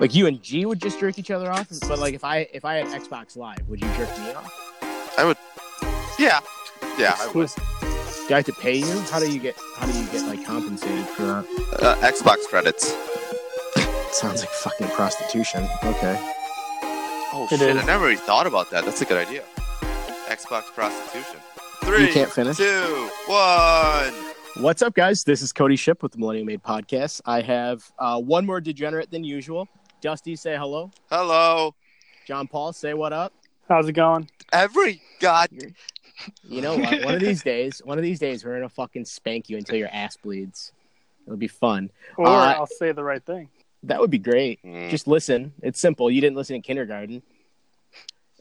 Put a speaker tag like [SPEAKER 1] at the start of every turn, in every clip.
[SPEAKER 1] Like you and G would just jerk each other off, but like if I if I had Xbox Live, would you jerk me off?
[SPEAKER 2] Yeah, yeah. I would.
[SPEAKER 1] Do I have to pay you? How do you get how do you get like compensated for that?
[SPEAKER 2] Uh, Xbox credits.
[SPEAKER 1] Sounds like fucking prostitution. Okay.
[SPEAKER 2] Oh
[SPEAKER 3] It
[SPEAKER 2] shit!
[SPEAKER 3] is.
[SPEAKER 2] I never really thought about that. That's a good idea. Xbox prostitution. Three,
[SPEAKER 1] You can't finish.
[SPEAKER 2] two, one.
[SPEAKER 1] What's up, guys? This is Cody Ship with the Millennium Made Podcast. I have uh, one more degenerate than usual. Dusty, say hello.
[SPEAKER 2] Hello.
[SPEAKER 1] John Paul, say what up.
[SPEAKER 3] How's it going?
[SPEAKER 2] Every god.
[SPEAKER 1] You know what? One of these days, one of these days, we're gonna fucking spank you until your ass bleeds. It'll be fun.
[SPEAKER 3] Or
[SPEAKER 1] Uh,
[SPEAKER 3] I'll say the right thing.
[SPEAKER 1] That would be great.
[SPEAKER 2] Mm.
[SPEAKER 1] Just listen. It's simple. You didn't listen in kindergarten.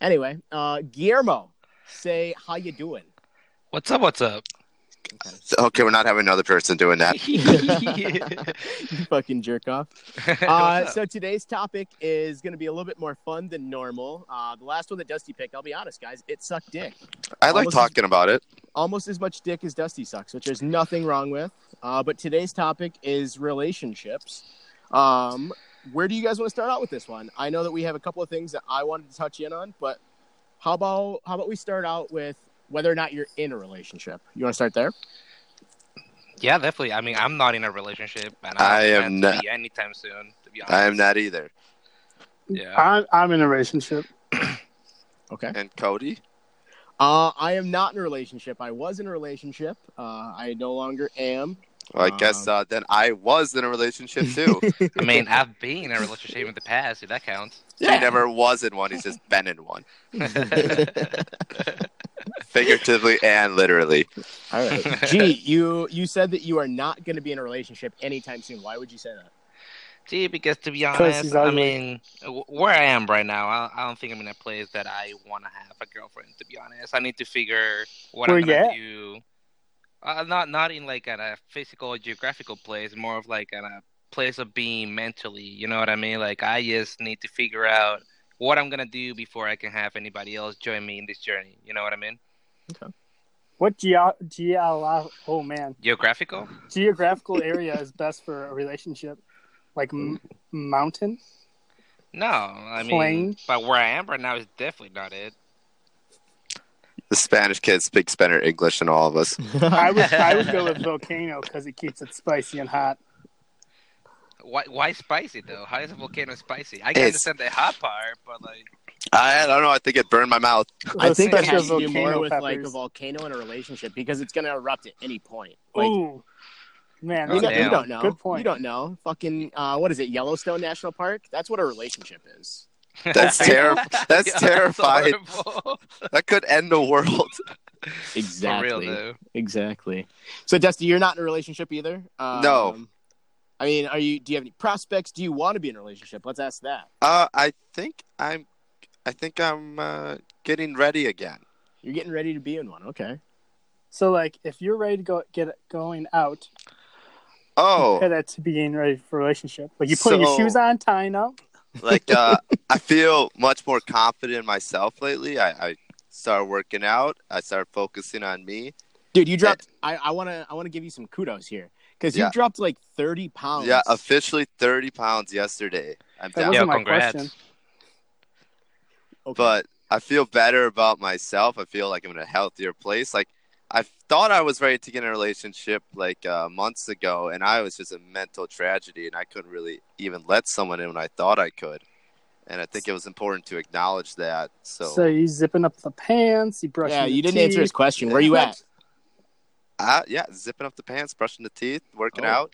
[SPEAKER 1] Anyway, uh, Guillermo, say how you doing.
[SPEAKER 4] What's up? What's up?
[SPEAKER 2] Okay, we're not having another person doing that.
[SPEAKER 1] Uh, You fucking jerk off. Uh, so today's topic is going to be a little bit more fun than normal. Uh, the last one that Dusty picked, I'll be honest, guys, it sucked dick.
[SPEAKER 2] I like
[SPEAKER 1] Almost-
[SPEAKER 2] talking about it.
[SPEAKER 1] Almost as much dick as Dusty sucks, which there's nothing wrong with. Uh, but today's topic is relationships. Um, where do you guys want to start out with this one? I know that we have a couple of things that I wanted to touch in on, but how about how about we start out with whether or not you're in a relationship? You want to start there?
[SPEAKER 4] yeah, definitely. I mean, I'm not in a relationship, and
[SPEAKER 2] I
[SPEAKER 4] I,
[SPEAKER 2] am
[SPEAKER 4] don't plan to
[SPEAKER 2] not-
[SPEAKER 4] be anytime soon. To be honest,
[SPEAKER 2] I am not either.
[SPEAKER 4] Yeah,
[SPEAKER 3] I'm, I'm in a relationship.
[SPEAKER 1] Okay.
[SPEAKER 2] And Cody,
[SPEAKER 1] Uh, I am not in a relationship. I was in a relationship. Uh, I no longer am.
[SPEAKER 2] well, I guess
[SPEAKER 1] Uh-huh.
[SPEAKER 2] uh, then I was in a relationship too.
[SPEAKER 4] I mean, I've been in a relationship in the past. If that counts.
[SPEAKER 2] He never was in one. He's just been in one, figuratively and literally.
[SPEAKER 1] All right. Gee, you you said that you are not going to be in a relationship anytime soon. Why would you say that?
[SPEAKER 4] Gee, because to be
[SPEAKER 3] he's
[SPEAKER 4] honest, I
[SPEAKER 3] ugly.
[SPEAKER 4] mean, w- where I am right now, I, I don't think I'm in a place that I want to have a girlfriend. To be honest, I need to figure what
[SPEAKER 3] Where
[SPEAKER 4] I'm gonna
[SPEAKER 3] you at?
[SPEAKER 4] do. Uh, not not in like at a physical geographical place, more of like at a place of being mentally. You know what I mean? Like I just need to figure out what I'm gonna do before I can have anybody else join me in this journey. You know what I mean?
[SPEAKER 3] What ge- ge- oh man
[SPEAKER 4] Geographical?
[SPEAKER 3] geographical area is best for a relationship? Like m- mountain?
[SPEAKER 4] No, I mean,
[SPEAKER 3] Plain.
[SPEAKER 4] but where I am right now is definitely not it.
[SPEAKER 2] The Spanish kids speak Spanish English and all of us.
[SPEAKER 3] I would I would go with volcano because it keeps it spicy and hot.
[SPEAKER 4] Why, why spicy though? How is a volcano spicy? I can
[SPEAKER 2] It's-
[SPEAKER 4] understand the hot part, but like,
[SPEAKER 2] I, I don't know. I think it burned my mouth.
[SPEAKER 1] I think it
[SPEAKER 3] Special
[SPEAKER 1] has to do more
[SPEAKER 3] volcano
[SPEAKER 1] with like a
[SPEAKER 3] peppers.
[SPEAKER 1] volcano and a relationship because it's going to erupt at any point. Like
[SPEAKER 3] Ooh, man,
[SPEAKER 4] Oh,
[SPEAKER 1] you,
[SPEAKER 3] that's
[SPEAKER 1] don't-
[SPEAKER 3] a
[SPEAKER 1] you
[SPEAKER 4] damn.
[SPEAKER 1] don't know.
[SPEAKER 3] Good point.
[SPEAKER 1] You don't know. Fucking uh, what is it? Yellowstone National Park. That's what a relationship is.
[SPEAKER 2] That's terri- that's terrifying.
[SPEAKER 4] horrible.
[SPEAKER 2] That could end the world.
[SPEAKER 4] For real though.
[SPEAKER 1] Exactly. So Dusty, you're not in a relationship either. Um,
[SPEAKER 2] No.
[SPEAKER 1] I mean, are you? Do you have any prospects? Do you want to be in a relationship? Let's ask that.
[SPEAKER 2] Uh, I think I'm. I think I'm uh, getting ready again.
[SPEAKER 1] You're getting ready to be in one. Okay.
[SPEAKER 3] so like if you're ready to go get going out,
[SPEAKER 2] Oh,
[SPEAKER 3] that's being ready for a relationship. Like you putting
[SPEAKER 2] So-
[SPEAKER 3] your shoes on, tying up.
[SPEAKER 2] like uh, I feel much more confident in myself lately. I, I started working out. I started focusing on me.
[SPEAKER 1] Dude, you dropped. I, I wanna I wanna give you some kudos here because you
[SPEAKER 2] Yeah.
[SPEAKER 1] dropped like thirty pounds.
[SPEAKER 2] Yeah, officially 30 pounds yesterday. I'm
[SPEAKER 3] That
[SPEAKER 2] down,
[SPEAKER 3] wasn't
[SPEAKER 4] Yeah,
[SPEAKER 3] my
[SPEAKER 4] congrats.
[SPEAKER 3] question.
[SPEAKER 1] Okay.
[SPEAKER 2] but I feel better about myself. I feel like I'm in a healthier place. Like I thought I was ready to get in a relationship like uh, months ago, and I was just a mental tragedy, and I couldn't really even let someone in when I thought I could. And I think it was important to acknowledge that. So,
[SPEAKER 3] So, you zipping up the pants, you brushing.
[SPEAKER 1] yeah,
[SPEAKER 3] the
[SPEAKER 1] you didn't
[SPEAKER 3] teeth.
[SPEAKER 1] answer his question. Where you at?
[SPEAKER 2] uh, yeah, zipping up the pants, brushing the teeth, working
[SPEAKER 1] Oh.
[SPEAKER 2] out.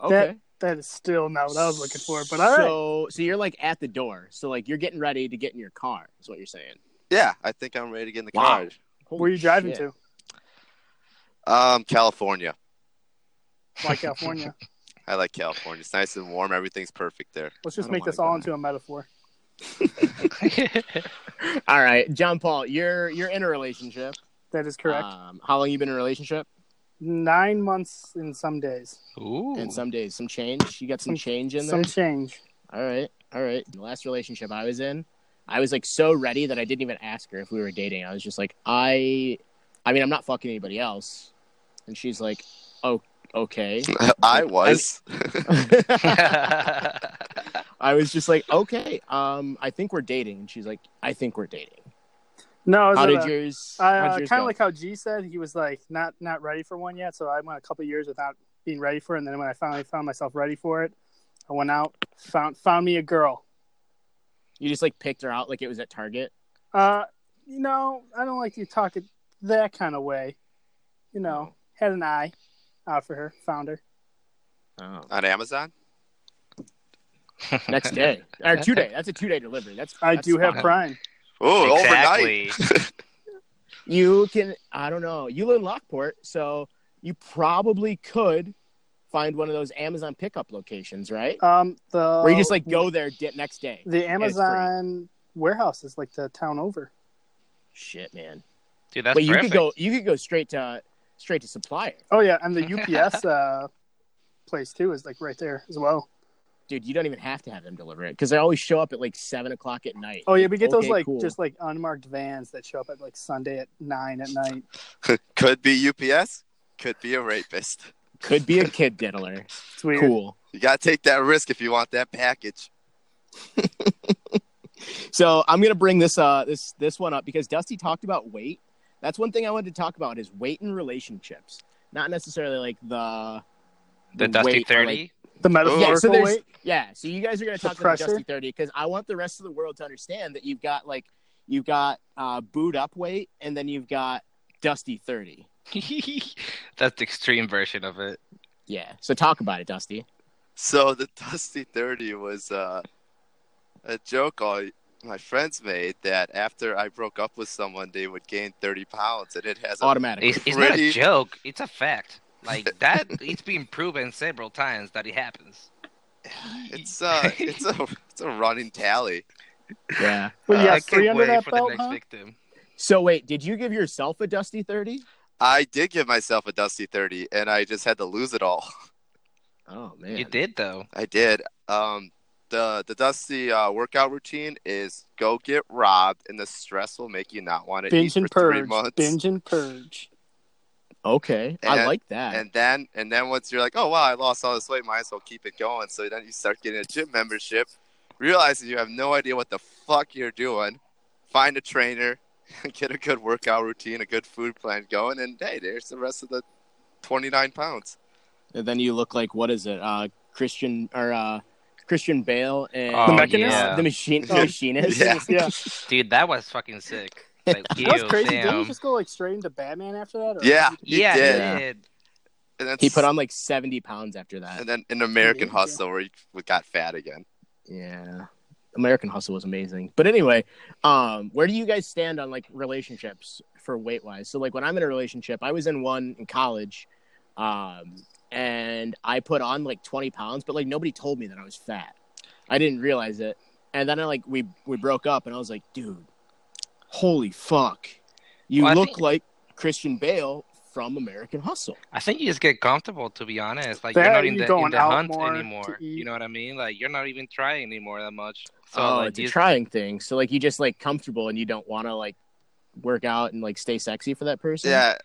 [SPEAKER 1] Okay.
[SPEAKER 3] That is still not what I was looking for, but all right.
[SPEAKER 1] So so you're like at the door. So like you're getting ready to get in your car. Is what you're saying.
[SPEAKER 2] Yeah, I think I'm ready to get in the
[SPEAKER 1] Wow.
[SPEAKER 2] car.
[SPEAKER 3] Where are you driving to?
[SPEAKER 2] Um, California.
[SPEAKER 3] Why California?
[SPEAKER 2] I like California. It's nice and warm. Everything's perfect there.
[SPEAKER 3] Let's
[SPEAKER 1] I
[SPEAKER 3] just
[SPEAKER 1] don't
[SPEAKER 3] make this
[SPEAKER 1] wanna go
[SPEAKER 3] all into a metaphor.
[SPEAKER 1] to? All right, John Paul, you're you're in a relationship.
[SPEAKER 3] That is correct.
[SPEAKER 1] Um, how long you been in a relationship?
[SPEAKER 3] Nine months in some days,
[SPEAKER 4] Ooh.
[SPEAKER 1] And some days, some change. You got some
[SPEAKER 3] Some-
[SPEAKER 1] change in there.
[SPEAKER 3] some change.
[SPEAKER 1] All right, all right. The last relationship I was in, I was like so ready that I didn't even ask her if we were dating. I was just like, I, I mean, I'm not fucking anybody else, and she's like, oh, okay.
[SPEAKER 2] I was.
[SPEAKER 1] I I was just like, okay, um, I think we're dating. And she's like, I think we're dating.
[SPEAKER 3] No, it was
[SPEAKER 1] How did
[SPEAKER 3] a-
[SPEAKER 1] yours?
[SPEAKER 3] I
[SPEAKER 1] how'd
[SPEAKER 3] uh,
[SPEAKER 1] yours
[SPEAKER 3] kind of
[SPEAKER 1] go?
[SPEAKER 3] like how G said he was like not not ready for one yet. So I went a couple years without being ready for it, and then when I finally found myself ready for it, I went out found found me a girl.
[SPEAKER 1] you just like picked her out like it was at Target.
[SPEAKER 3] Uh, you know, I don't like you talking that kind of way. You know, had an eye out for her, found her.
[SPEAKER 1] Oh.
[SPEAKER 2] on Amazon.
[SPEAKER 1] Next day or two day. That's a two day delivery. That's
[SPEAKER 3] I
[SPEAKER 1] that's
[SPEAKER 3] do have
[SPEAKER 1] fine.
[SPEAKER 3] Prime.
[SPEAKER 2] Oh, overnight.
[SPEAKER 4] exactly.
[SPEAKER 1] You can. I don't know. You live in Lockport, so you probably could find one of those Amazon pickup locations, right?
[SPEAKER 3] Um, the
[SPEAKER 1] Where you just like go there di- next day.
[SPEAKER 3] the
[SPEAKER 1] it's free.
[SPEAKER 3] Amazon warehouse is like the town over.
[SPEAKER 1] Shit, man.
[SPEAKER 4] Dude, that's
[SPEAKER 1] but you
[SPEAKER 4] perfect.
[SPEAKER 1] could go. You could go straight to straight to supplier,
[SPEAKER 3] Oh yeah, and the UPS uh place too is like right there as well.
[SPEAKER 1] dude. You don't even have to have them deliver it because they always show up at like seven o'clock at night.
[SPEAKER 3] Oh yeah, we get those
[SPEAKER 1] Okay,
[SPEAKER 3] like
[SPEAKER 1] cool.
[SPEAKER 3] just like unmarked vans that show up at like Sunday at nine at night.
[SPEAKER 2] Could be UPS. Could be a rapist.
[SPEAKER 1] Could be a kid diddler.
[SPEAKER 3] It's weird.
[SPEAKER 1] cool.
[SPEAKER 2] You gotta take that risk if you want that package.
[SPEAKER 1] So I'm gonna bring this uh this this one up because Dusty talked about weight. That's one thing I wanted to talk about is weight in relationships, not necessarily like the
[SPEAKER 4] the Dusty
[SPEAKER 1] weight or, like-
[SPEAKER 4] Thirty.
[SPEAKER 3] The
[SPEAKER 1] yeah, so
[SPEAKER 3] metaphorical
[SPEAKER 1] there's
[SPEAKER 4] uh,
[SPEAKER 3] weight.
[SPEAKER 1] yeah. So you guys are gonna
[SPEAKER 3] The
[SPEAKER 1] talk about
[SPEAKER 3] pressure?
[SPEAKER 1] Dusty Thirty because I want the rest of the world to understand that you've got like you've got uh boot up weight and then you've got Dusty Thirty.
[SPEAKER 4] that's the extreme version of it.
[SPEAKER 1] Yeah. So talk about it, Dusty.
[SPEAKER 2] So the Dusty 30 was uh, a joke all my friends made that after I broke up with someone, they would gain 30 pounds, and it has a
[SPEAKER 1] Automatic.
[SPEAKER 4] It's, it's not
[SPEAKER 2] Pretty-
[SPEAKER 4] a joke. It's a fact. Like that, it's been proven several times that it happens.
[SPEAKER 2] it's uh it's a it's a running tally.
[SPEAKER 1] Yeah.
[SPEAKER 3] But
[SPEAKER 2] Uh,
[SPEAKER 3] yeah,
[SPEAKER 4] I
[SPEAKER 3] three
[SPEAKER 4] can't
[SPEAKER 3] under
[SPEAKER 4] wait
[SPEAKER 3] that
[SPEAKER 4] for
[SPEAKER 3] belt,
[SPEAKER 4] the next
[SPEAKER 3] huh?
[SPEAKER 4] victim.
[SPEAKER 1] So wait, did you give yourself a Dusty Thirty?
[SPEAKER 2] I did give myself a Dusty 30, and I just had to lose it all.
[SPEAKER 1] Oh man.
[SPEAKER 4] You did though.
[SPEAKER 2] I did. Um, the the Dusty uh, workout routine is go get robbed, and the stress will make you not want to eat
[SPEAKER 3] Binge
[SPEAKER 2] for
[SPEAKER 3] and
[SPEAKER 2] three
[SPEAKER 3] purge.
[SPEAKER 2] months.
[SPEAKER 3] Binge and purge.
[SPEAKER 1] Okay. I
[SPEAKER 2] And-
[SPEAKER 1] like that.
[SPEAKER 2] and then and then once you're like, oh wow, I lost all this weight, might as well keep it going. So then you start getting a gym membership, realizing you have no idea what the fuck you're doing. Find a trainer, get a good workout routine, a good food plan going, and hey, there's the rest of the 29 pounds.
[SPEAKER 1] And then you look like what is it? Uh, Christian or uh, Christian Bale and
[SPEAKER 4] Oh,
[SPEAKER 3] The Mechanist?
[SPEAKER 1] uh,
[SPEAKER 4] yeah.
[SPEAKER 1] the machine, the
[SPEAKER 2] Yeah.
[SPEAKER 1] machinist.
[SPEAKER 2] Yeah.
[SPEAKER 3] yeah.
[SPEAKER 4] Dude, that was fucking sick. Like, ew,
[SPEAKER 3] That was crazy. Didn't
[SPEAKER 4] damn.
[SPEAKER 3] you just go like straight into Batman after that? Or...
[SPEAKER 2] Yeah, he
[SPEAKER 4] Yeah,
[SPEAKER 2] did.
[SPEAKER 1] Yeah.
[SPEAKER 4] he did.
[SPEAKER 2] And then
[SPEAKER 1] He put on like seventy pounds after that.
[SPEAKER 2] and then an American
[SPEAKER 3] Yeah.
[SPEAKER 2] Hustle where he got fat again.
[SPEAKER 1] Yeah, American Hustle was amazing. But anyway, um, where do you guys stand on like relationships for weight wise? So like when I'm in a relationship, I was in one in college, um, and I put on like twenty pounds, but like nobody told me that I was fat. I didn't realize it, and then I like we we broke up, and I was like, dude, holy fuck, you
[SPEAKER 4] Well, I
[SPEAKER 1] look
[SPEAKER 4] think-
[SPEAKER 1] like Christian Bale from American Hustle.
[SPEAKER 4] I think you just get comfortable, to be honest. Like
[SPEAKER 3] That
[SPEAKER 4] you're not in
[SPEAKER 3] and
[SPEAKER 4] the, in
[SPEAKER 3] going
[SPEAKER 4] the
[SPEAKER 3] out
[SPEAKER 4] hunt
[SPEAKER 3] more to
[SPEAKER 4] anymore.
[SPEAKER 3] eat.
[SPEAKER 4] You know what I mean? Like you're not even trying anymore that much. So
[SPEAKER 1] oh,
[SPEAKER 4] like
[SPEAKER 1] it's
[SPEAKER 4] you
[SPEAKER 1] a trying thing. So like you just like comfortable and you don't want to like work out and like stay sexy for that person.
[SPEAKER 2] Yeah,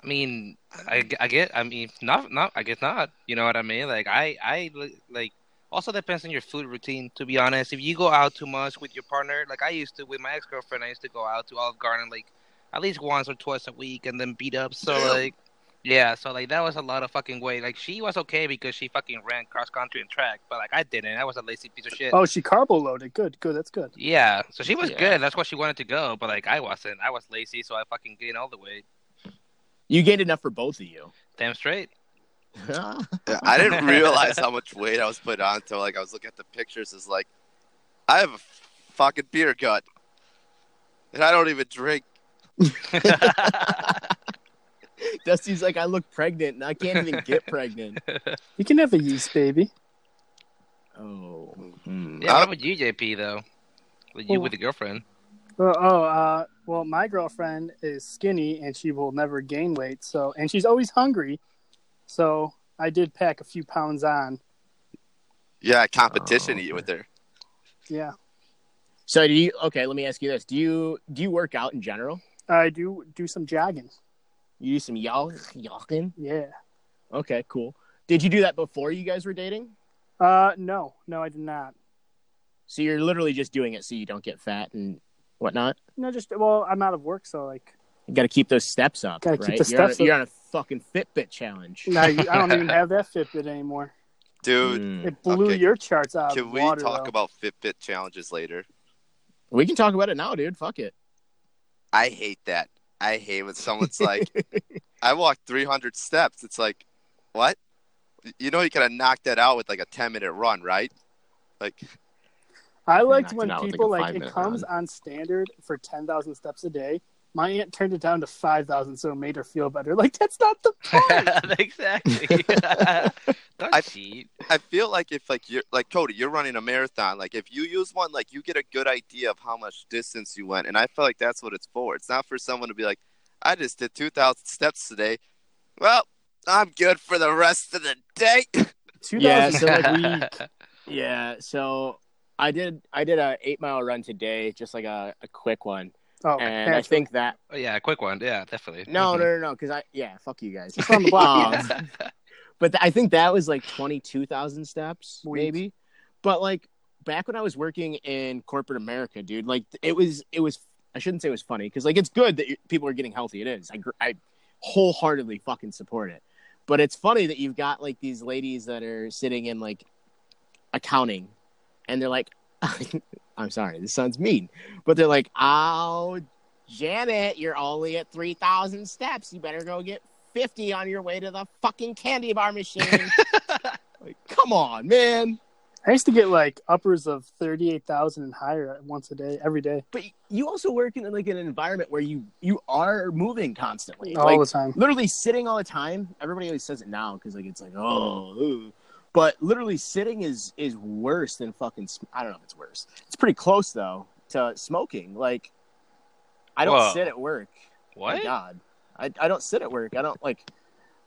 [SPEAKER 4] I mean, I, g- I get. I mean, not not. I guess not. You know what I mean? Like I I li- like. Also depends on your food routine. To be honest, if you go out too much with your partner, like I used to with my ex girlfriend, I used to go out to Olive Garden like at least once or twice a week, and then beat up. So
[SPEAKER 2] Damn.
[SPEAKER 4] like, yeah. So like that was a lot of fucking weight. Like she was okay because she fucking ran cross country and track, but like I didn't. I was a lazy piece of shit.
[SPEAKER 3] Oh, she carbo loaded. Good, good. That's good.
[SPEAKER 4] Yeah, so she was
[SPEAKER 1] Yeah.
[SPEAKER 4] good. That's why she wanted to go, but like I wasn't. I was lazy, so I fucking gained all the weight.
[SPEAKER 1] You gained enough for both of you.
[SPEAKER 4] Damn straight.
[SPEAKER 2] I didn't realize how much weight I was putting on until like I was looking at the pictures. It's like I have a fucking beer gut, and I don't even drink.
[SPEAKER 1] Dusty's like, I look pregnant and I can't even get pregnant.
[SPEAKER 3] You can have a yeast baby.
[SPEAKER 1] Oh.
[SPEAKER 4] Yeah, what about you, JP? Though, with you
[SPEAKER 3] Well-
[SPEAKER 4] with a girlfriend.
[SPEAKER 3] Well, oh, uh, well, my girlfriend is skinny and she will never gain weight. So, and she's always hungry. So, I did pack a few pounds on.
[SPEAKER 2] Yeah, competition
[SPEAKER 1] Oh,
[SPEAKER 2] eat with her.
[SPEAKER 3] Yeah.
[SPEAKER 1] So do you okay, let me ask you this. Do you do you work out in general?
[SPEAKER 3] I do do some jogging.
[SPEAKER 1] You do some y'all yalking?
[SPEAKER 3] Yeah.
[SPEAKER 1] Okay, cool. Did you do that before you guys were dating?
[SPEAKER 3] Uh, no, no, I did not.
[SPEAKER 1] So you're literally just doing it so you don't get fat and whatnot.
[SPEAKER 3] No, just well, I'm out of work, so like
[SPEAKER 1] You got to keep those steps up,
[SPEAKER 3] Gotta
[SPEAKER 1] right?
[SPEAKER 3] keep the
[SPEAKER 1] you're, on
[SPEAKER 3] steps
[SPEAKER 1] a,
[SPEAKER 3] up.
[SPEAKER 1] you're on a fucking Fitbit challenge.
[SPEAKER 3] no, I don't even have that Fitbit anymore.
[SPEAKER 2] Dude,
[SPEAKER 1] Mm.
[SPEAKER 3] It blew
[SPEAKER 2] Okay.
[SPEAKER 3] your charts out.
[SPEAKER 2] can
[SPEAKER 3] of
[SPEAKER 2] we
[SPEAKER 3] water,
[SPEAKER 2] talk
[SPEAKER 3] though.
[SPEAKER 2] about Fitbit challenges later?
[SPEAKER 1] We can talk about it now, dude. Fuck it.
[SPEAKER 2] I hate that. I hate when someone's like, I walked 300 steps. It's like, what? You know, you could have knocked that out with like a 10 minute run, right? Like,
[SPEAKER 3] I liked
[SPEAKER 1] Knocked
[SPEAKER 3] when
[SPEAKER 1] it out with, like,
[SPEAKER 3] people
[SPEAKER 1] a
[SPEAKER 3] like, it
[SPEAKER 1] five-minute
[SPEAKER 3] comes on standard for ten thousand steps a day. My aunt turned it down to five thousand, so it made her feel better. Like that's not the point.
[SPEAKER 4] exactly. Don't
[SPEAKER 2] I-
[SPEAKER 4] cheat.
[SPEAKER 2] I feel like if like you're like Cody, you're running a marathon. Like if you use one, like you get a good idea of how much distance you went, and I feel like that's what it's for. It's not for someone to be like, I just did two thousand steps today. Well, I'm good for the rest of the day.
[SPEAKER 3] Two
[SPEAKER 1] Yeah,
[SPEAKER 3] thousand.
[SPEAKER 1] so like we, yeah, so I did I did a eight mile run today, just like a, a quick one,
[SPEAKER 3] oh,
[SPEAKER 1] and I think that
[SPEAKER 4] Oh, yeah, quick one. Yeah, definitely.
[SPEAKER 1] no no no no because I yeah fuck you guys,
[SPEAKER 3] it's on the block.
[SPEAKER 1] Um, but th- I think that was like twenty two thousand steps
[SPEAKER 3] Sweet.
[SPEAKER 1] maybe, but like back when I was working in corporate America, dude, like it was it was I shouldn't say it was funny because like it's good that you- people are getting healthy. It is I gr- I wholeheartedly fucking support it, but it's funny that you've got like these ladies that are sitting in like accounting, and they're like, I'm sorry, this sounds mean, but they're like, oh Janet, you're only at three thousand steps. You better go get fifty on your way to the fucking candy bar machine. like, come on, man.
[SPEAKER 3] I used to get like uppers of thirty-eight thousand and higher once a day, every day,
[SPEAKER 1] but you also work in like an environment where you you are moving constantly
[SPEAKER 3] all
[SPEAKER 1] like
[SPEAKER 3] the time.
[SPEAKER 1] literally sitting all the time everybody always says it now because like it's like oh ooh. but literally sitting is is worse than fucking sm- i don't know if it's worse it's pretty close though to smoking like i don't
[SPEAKER 4] Whoa.
[SPEAKER 1] sit at work my
[SPEAKER 4] what?
[SPEAKER 1] god I, I don't sit at work i don't like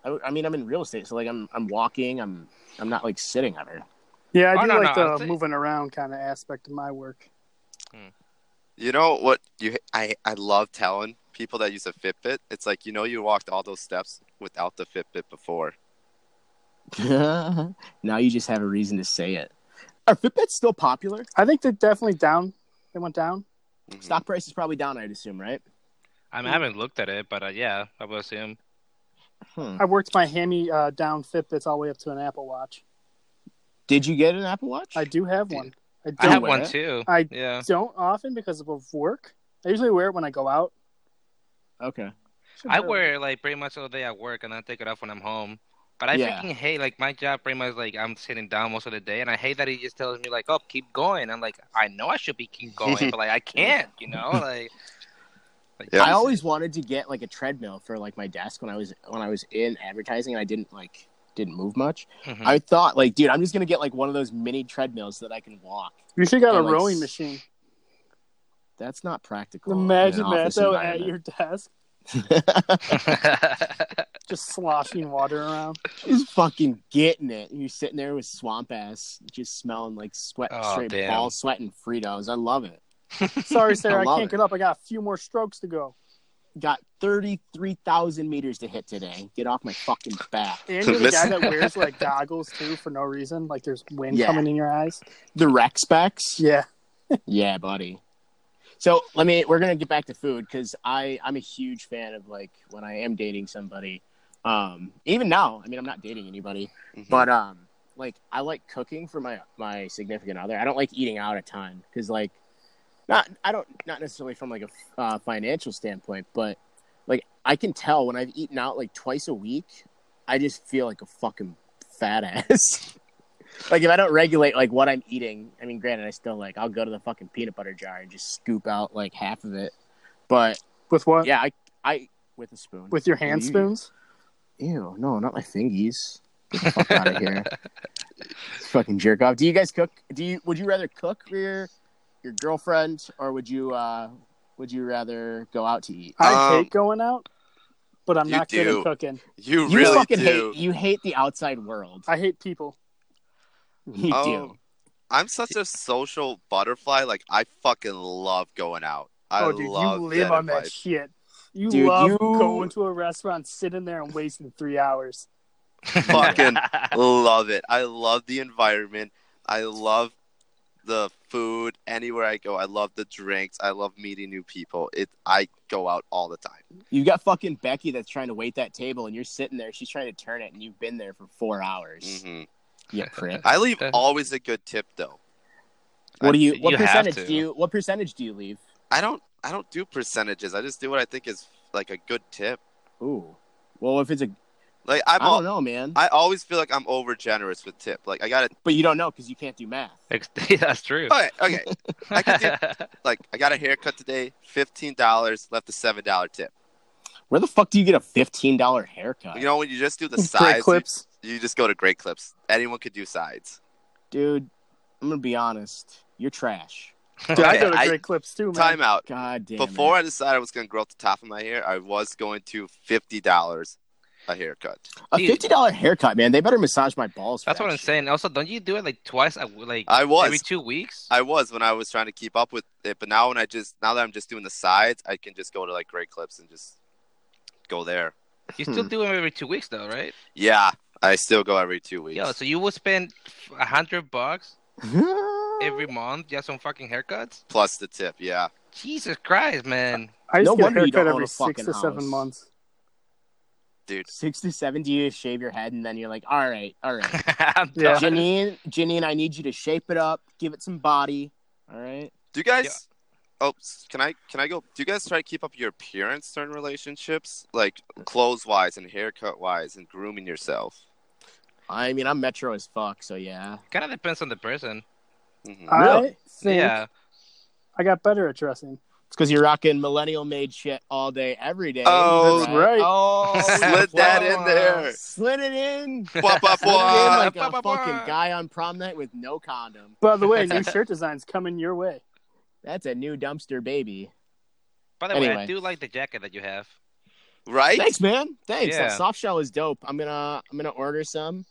[SPEAKER 1] I, I mean i'm in real estate so like i'm i'm walking i'm i'm not like sitting ever
[SPEAKER 3] Yeah, I
[SPEAKER 4] Oh,
[SPEAKER 3] do
[SPEAKER 4] no,
[SPEAKER 3] like
[SPEAKER 4] no,
[SPEAKER 3] the
[SPEAKER 4] I'd say-
[SPEAKER 3] moving around kind of aspect of my work.
[SPEAKER 2] You know what? You I I love telling people that use a Fitbit. It's like you know you walked all those steps without the Fitbit before.
[SPEAKER 1] now you just have a reason to say it Hmm. are fitbits still popular
[SPEAKER 3] I think they're definitely down. They went down.
[SPEAKER 2] Mhm.
[SPEAKER 1] Stock price is probably down, I'd assume, right?
[SPEAKER 4] I, mean, I haven't looked at it, but uh, yeah, I would assume.
[SPEAKER 1] Hmm.
[SPEAKER 3] I worked my hammy uh, down Fitbits all the way up to an Apple Watch.
[SPEAKER 1] Did you get an Apple Watch?
[SPEAKER 3] I do have one. I don't.
[SPEAKER 4] I have
[SPEAKER 1] wear
[SPEAKER 4] one
[SPEAKER 1] it.
[SPEAKER 4] too.
[SPEAKER 3] I
[SPEAKER 4] Yeah.
[SPEAKER 3] don't often because of work. I usually wear it when I go out.
[SPEAKER 1] okay.
[SPEAKER 4] I wear it like pretty much all day at work, and I take it off when I'm home. But I
[SPEAKER 1] Yeah.
[SPEAKER 4] freaking hate like my job. Pretty much like I'm sitting down most of the day, and I hate that he just tells me like, "Oh, keep going." I'm like, I know I should be keep going, but like I can't, you know, like. like,
[SPEAKER 2] Yeah.
[SPEAKER 1] I always wanted to get like a treadmill for like my desk when I was when I was in advertising and I didn't like didn't move much.
[SPEAKER 4] Mhm.
[SPEAKER 1] I thought like, dude, I'm just gonna get like one of those mini treadmills that I can walk.
[SPEAKER 3] You should got
[SPEAKER 1] I
[SPEAKER 3] a
[SPEAKER 1] like
[SPEAKER 3] rowing
[SPEAKER 1] s-
[SPEAKER 3] machine.
[SPEAKER 1] That's not practical. in an
[SPEAKER 3] Imagine that
[SPEAKER 1] Oh, office
[SPEAKER 3] though at
[SPEAKER 1] environment.
[SPEAKER 3] your desk, just sloshing water around.
[SPEAKER 1] just fucking getting it. And you're sitting there with swamp ass, just smelling like sweat,
[SPEAKER 4] Oh,
[SPEAKER 1] straight
[SPEAKER 4] damn.
[SPEAKER 1] ball sweat and Fritos. I love it.
[SPEAKER 3] Sorry, sir,
[SPEAKER 1] I
[SPEAKER 3] I,
[SPEAKER 1] love
[SPEAKER 3] can't
[SPEAKER 1] it.
[SPEAKER 3] get up. I got a few more strokes to go.
[SPEAKER 1] Got thirty three thousand meters to hit today. Get off my fucking back.
[SPEAKER 3] And you're the guy
[SPEAKER 2] Listen-
[SPEAKER 3] that wears like goggles too for no reason. Like there's wind
[SPEAKER 1] Yeah.
[SPEAKER 3] coming in your eyes.
[SPEAKER 1] The rec specs.
[SPEAKER 3] Yeah.
[SPEAKER 1] Yeah, buddy. So let me. We're gonna get back to food because I I'm a huge fan of like when I am dating somebody. Um, even now, I mean, I'm not dating anybody,
[SPEAKER 2] Mhm.
[SPEAKER 1] but um, like I like cooking for my my significant other. I don't like eating out a ton because like, not I don't not necessarily from like a uh, financial standpoint, but like I can tell when I've eaten out like twice a week, I just feel like a fucking fat ass. like if I don't regulate like what I'm eating, I mean, granted, I still like I'll go to the fucking peanut butter jar and just scoop out like half of it, but
[SPEAKER 3] With what?
[SPEAKER 1] yeah, I I with a spoon.
[SPEAKER 3] With your hand
[SPEAKER 2] Mm-hmm.
[SPEAKER 1] Ew.
[SPEAKER 3] spoons?
[SPEAKER 1] Ew, no, not my fingies. Get the fuck out of here. Fucking jerk off. Do you guys cook? Do you would you rather cook for your your girlfriend or would you uh would you rather go out to eat?
[SPEAKER 3] I
[SPEAKER 2] Um,
[SPEAKER 3] hate going out, but I'm
[SPEAKER 2] you
[SPEAKER 3] not good
[SPEAKER 2] do.
[SPEAKER 3] at cooking.
[SPEAKER 2] you
[SPEAKER 1] You
[SPEAKER 2] really
[SPEAKER 1] fucking
[SPEAKER 2] do.
[SPEAKER 1] hate you hate the outside world.
[SPEAKER 3] I hate people.
[SPEAKER 1] you do.
[SPEAKER 2] Um, I'm such a social butterfly. Like I fucking love going out. I
[SPEAKER 3] oh, dude,
[SPEAKER 2] love
[SPEAKER 3] you live
[SPEAKER 2] that
[SPEAKER 3] on that
[SPEAKER 2] advice.
[SPEAKER 3] shit. You
[SPEAKER 1] Dude,
[SPEAKER 3] love
[SPEAKER 1] you-
[SPEAKER 3] going to a restaurant, sitting there and wasting three hours.
[SPEAKER 2] Fucking- love it. I love the environment. I love the food. anywhere I go. I love the drinks. I love meeting new people. It I go out all the time.
[SPEAKER 1] You got fucking Becky that's trying to wait that table, and you're sitting there. She's trying to turn it, and you've been there for four hours.
[SPEAKER 2] hmm
[SPEAKER 1] You prick.
[SPEAKER 2] I leave always a good tip though.
[SPEAKER 1] What do you? What
[SPEAKER 4] You have
[SPEAKER 1] percentage
[SPEAKER 4] to.
[SPEAKER 1] do you? What percentage do you leave?
[SPEAKER 2] I don't I don't do percentages. I just do what I think is like a good tip.
[SPEAKER 1] Ooh. Well, if it's a,
[SPEAKER 2] Like I'm
[SPEAKER 1] I don't
[SPEAKER 2] all,
[SPEAKER 1] know, man.
[SPEAKER 2] I always feel like I'm over generous with tip. Like I got to
[SPEAKER 1] but you don't know because you can't do math.
[SPEAKER 4] That's true.
[SPEAKER 2] okay, okay. I can like I got a haircut today, fifteen dollars, left a seven dollar tip.
[SPEAKER 1] Where the fuck do you get a fifteen dollar haircut,
[SPEAKER 2] You know when you just do the
[SPEAKER 3] Great
[SPEAKER 2] sides, you,
[SPEAKER 3] clips.
[SPEAKER 2] you just go to great clips. Anyone could do sides.
[SPEAKER 1] dude? I'm gonna be honest. You're trash.
[SPEAKER 3] Dude, I
[SPEAKER 2] Okay,
[SPEAKER 3] go to
[SPEAKER 2] I-
[SPEAKER 3] great clips too, man.
[SPEAKER 2] Time out.
[SPEAKER 1] God damn.
[SPEAKER 2] Before
[SPEAKER 1] it.
[SPEAKER 2] I decided I was going to grow up the top of my hair, I was going to fifty dollars a haircut.
[SPEAKER 1] a
[SPEAKER 4] Dude.
[SPEAKER 1] fifty dollar haircut, man. They better massage my balls. for
[SPEAKER 4] That's
[SPEAKER 1] that
[SPEAKER 4] what I'm
[SPEAKER 1] shit.
[SPEAKER 4] saying. Also, don't you do it like twice? a- Like
[SPEAKER 2] I was.
[SPEAKER 4] every two weeks.
[SPEAKER 2] I was when I was trying to keep up with it, but now when I just now that I'm just doing the sides, I can just go to like great clips and just go there.
[SPEAKER 4] You still
[SPEAKER 1] Hmm.
[SPEAKER 4] do it every two weeks though, right?
[SPEAKER 2] Yeah, I still go every two weeks.
[SPEAKER 4] Yo, so you will spend a hundred bucks every month just on fucking haircuts?
[SPEAKER 2] Plus the tip, yeah.
[SPEAKER 4] Jesus Christ, man!
[SPEAKER 3] I used
[SPEAKER 1] No
[SPEAKER 3] to get a
[SPEAKER 1] wonder you don't
[SPEAKER 3] haircut
[SPEAKER 1] own
[SPEAKER 3] every
[SPEAKER 1] a
[SPEAKER 3] six
[SPEAKER 1] fucking
[SPEAKER 3] to seven
[SPEAKER 1] house.
[SPEAKER 3] months.
[SPEAKER 2] Dude,
[SPEAKER 1] Six to seven. Do you shave your head and then you're like, all right, all right.
[SPEAKER 4] I'm
[SPEAKER 3] Yeah.
[SPEAKER 4] done.
[SPEAKER 1] Janine, Janine, I need you to shape it up, give it some body. All right.
[SPEAKER 2] do you guys Oh, s- can I can I go? Do you guys try to keep up your appearance during relationships, like clothes wise and haircut wise, and grooming yourself?
[SPEAKER 1] I mean, I'm metro as fuck, so yeah.
[SPEAKER 4] Kind of depends on the person.
[SPEAKER 2] Mhm.
[SPEAKER 1] Really?
[SPEAKER 3] I think
[SPEAKER 4] Yeah,
[SPEAKER 3] I got better at dressing.
[SPEAKER 1] It's because you're rocking millennial made shit all day, every day.
[SPEAKER 2] Oh,
[SPEAKER 3] That's right.
[SPEAKER 1] Oh,
[SPEAKER 2] Slid that in
[SPEAKER 1] wow.
[SPEAKER 2] there.
[SPEAKER 1] Slid it in.
[SPEAKER 2] Bwah, bwah,
[SPEAKER 1] Slid it in like
[SPEAKER 2] bwah.
[SPEAKER 1] a fucking guy on prom night with no condom.
[SPEAKER 3] By the way, new shirt design's coming your way.
[SPEAKER 1] That's a new dumpster baby.
[SPEAKER 4] By the way,
[SPEAKER 1] Anyway.
[SPEAKER 4] I do like the jacket that you have.
[SPEAKER 2] right?
[SPEAKER 1] Thanks, man. Thanks.
[SPEAKER 4] Yeah.
[SPEAKER 1] That soft shell is dope. I'm gonna I'm gonna order some.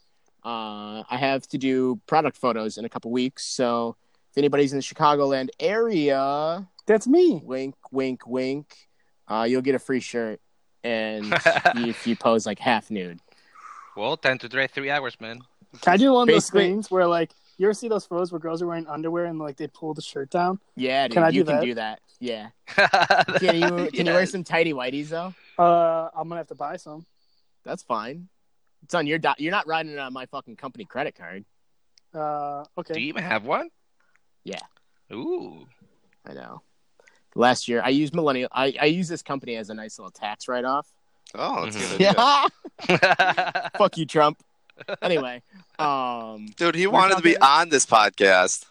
[SPEAKER 1] Uh, I have to do product photos in a couple weeks, so if anybody's in the Chicagoland area,
[SPEAKER 3] That's me.
[SPEAKER 1] wink, wink, wink, uh, you'll get a free shirt, and
[SPEAKER 2] Mm.
[SPEAKER 1] if you pose like half nude,
[SPEAKER 4] Well, time to drive three hours, man.
[SPEAKER 3] Can I do one of those
[SPEAKER 1] Basically-
[SPEAKER 3] things where like you ever see those photos where girls are wearing underwear and like they pull the shirt down?
[SPEAKER 1] yeah, dude,
[SPEAKER 3] Can I
[SPEAKER 1] you
[SPEAKER 3] do
[SPEAKER 1] can
[SPEAKER 3] that?
[SPEAKER 1] do that. Yeah, can you can you wear
[SPEAKER 2] Yes.
[SPEAKER 1] some tidy whities though?
[SPEAKER 3] Uh, I'm gonna have to buy some.
[SPEAKER 1] That's fine. It's on your dot. You're not riding it on my fucking company credit card.
[SPEAKER 3] Uh, okay.
[SPEAKER 4] do you even have one?
[SPEAKER 1] Yeah.
[SPEAKER 4] Ooh.
[SPEAKER 1] I know. Last year, I used millennial. I, I use this company as a nice little tax write off.
[SPEAKER 2] Oh, that's a good. idea.
[SPEAKER 1] Yeah. Fuck you, Trump. Anyway, um,
[SPEAKER 2] Dude, he wanted to be
[SPEAKER 1] talking-
[SPEAKER 2] on this podcast.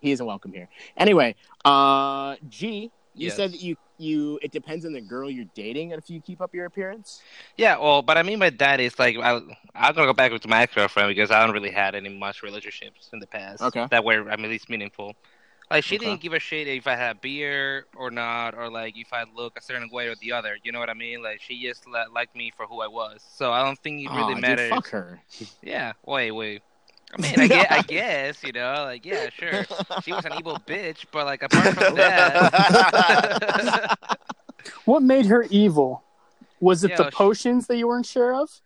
[SPEAKER 1] he isn't welcome here. Anyway, uh, G, you
[SPEAKER 4] Yes.
[SPEAKER 1] said that you you it depends on the girl you're dating if you keep up your appearance.
[SPEAKER 4] Yeah, well, but I mean by that is like I, I'm gonna go back with my ex girlfriend because I don't really had any much relationships in the past
[SPEAKER 1] Okay.
[SPEAKER 4] that were I mean, at least meaningful. Like she
[SPEAKER 1] Okay.
[SPEAKER 4] didn't give a shit if I had beer or not, or like if I look a certain way or the other. You know what I mean? Like she just li- liked me for who I was, so I don't think it
[SPEAKER 1] Aw,
[SPEAKER 4] really
[SPEAKER 1] dude,
[SPEAKER 4] matters.
[SPEAKER 1] fuck her.
[SPEAKER 4] Yeah, wait, wait. I mean, I guess, I guess you know, like yeah, sure. She was an evil bitch, but like apart from that.
[SPEAKER 3] What made her evil? Was it
[SPEAKER 4] Yeah,
[SPEAKER 3] the
[SPEAKER 4] well, she-
[SPEAKER 3] potions that you weren't sure of?
[SPEAKER 4] Uh,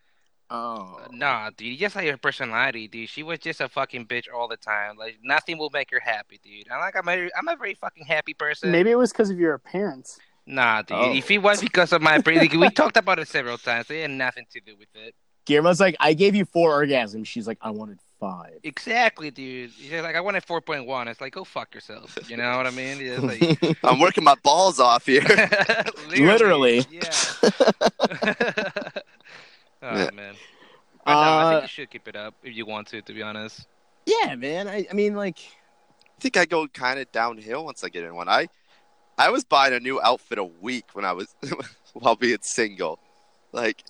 [SPEAKER 1] Oh,
[SPEAKER 4] Nah, dude, just like her personality, dude. She was just a fucking bitch all the time. Like nothing will make her happy, dude. And like I'm a, I'm a very fucking happy person.
[SPEAKER 3] Maybe it was because of your appearance.
[SPEAKER 4] Nah, dude.
[SPEAKER 1] Oh.
[SPEAKER 4] If it was because of my pretty, we talked about it several times. It had nothing to do with it.
[SPEAKER 1] Guillermo's like, I gave you four orgasms. She's like, I wanted five.
[SPEAKER 4] Exactly, dude. She's like, I wanted 4.1. It's like, go fuck yourself. You know what I mean? It's like,
[SPEAKER 2] I'm working my balls off here.
[SPEAKER 1] Literally.
[SPEAKER 4] Yeah. oh
[SPEAKER 2] Yeah.
[SPEAKER 4] man. But no, I
[SPEAKER 1] Uh,
[SPEAKER 4] think you should keep it up if you want to. To be honest.
[SPEAKER 1] Yeah, man. I, I mean, like,
[SPEAKER 2] I think I go kind of downhill once I get in one. I I was buying a new outfit a week when I was while being single. Like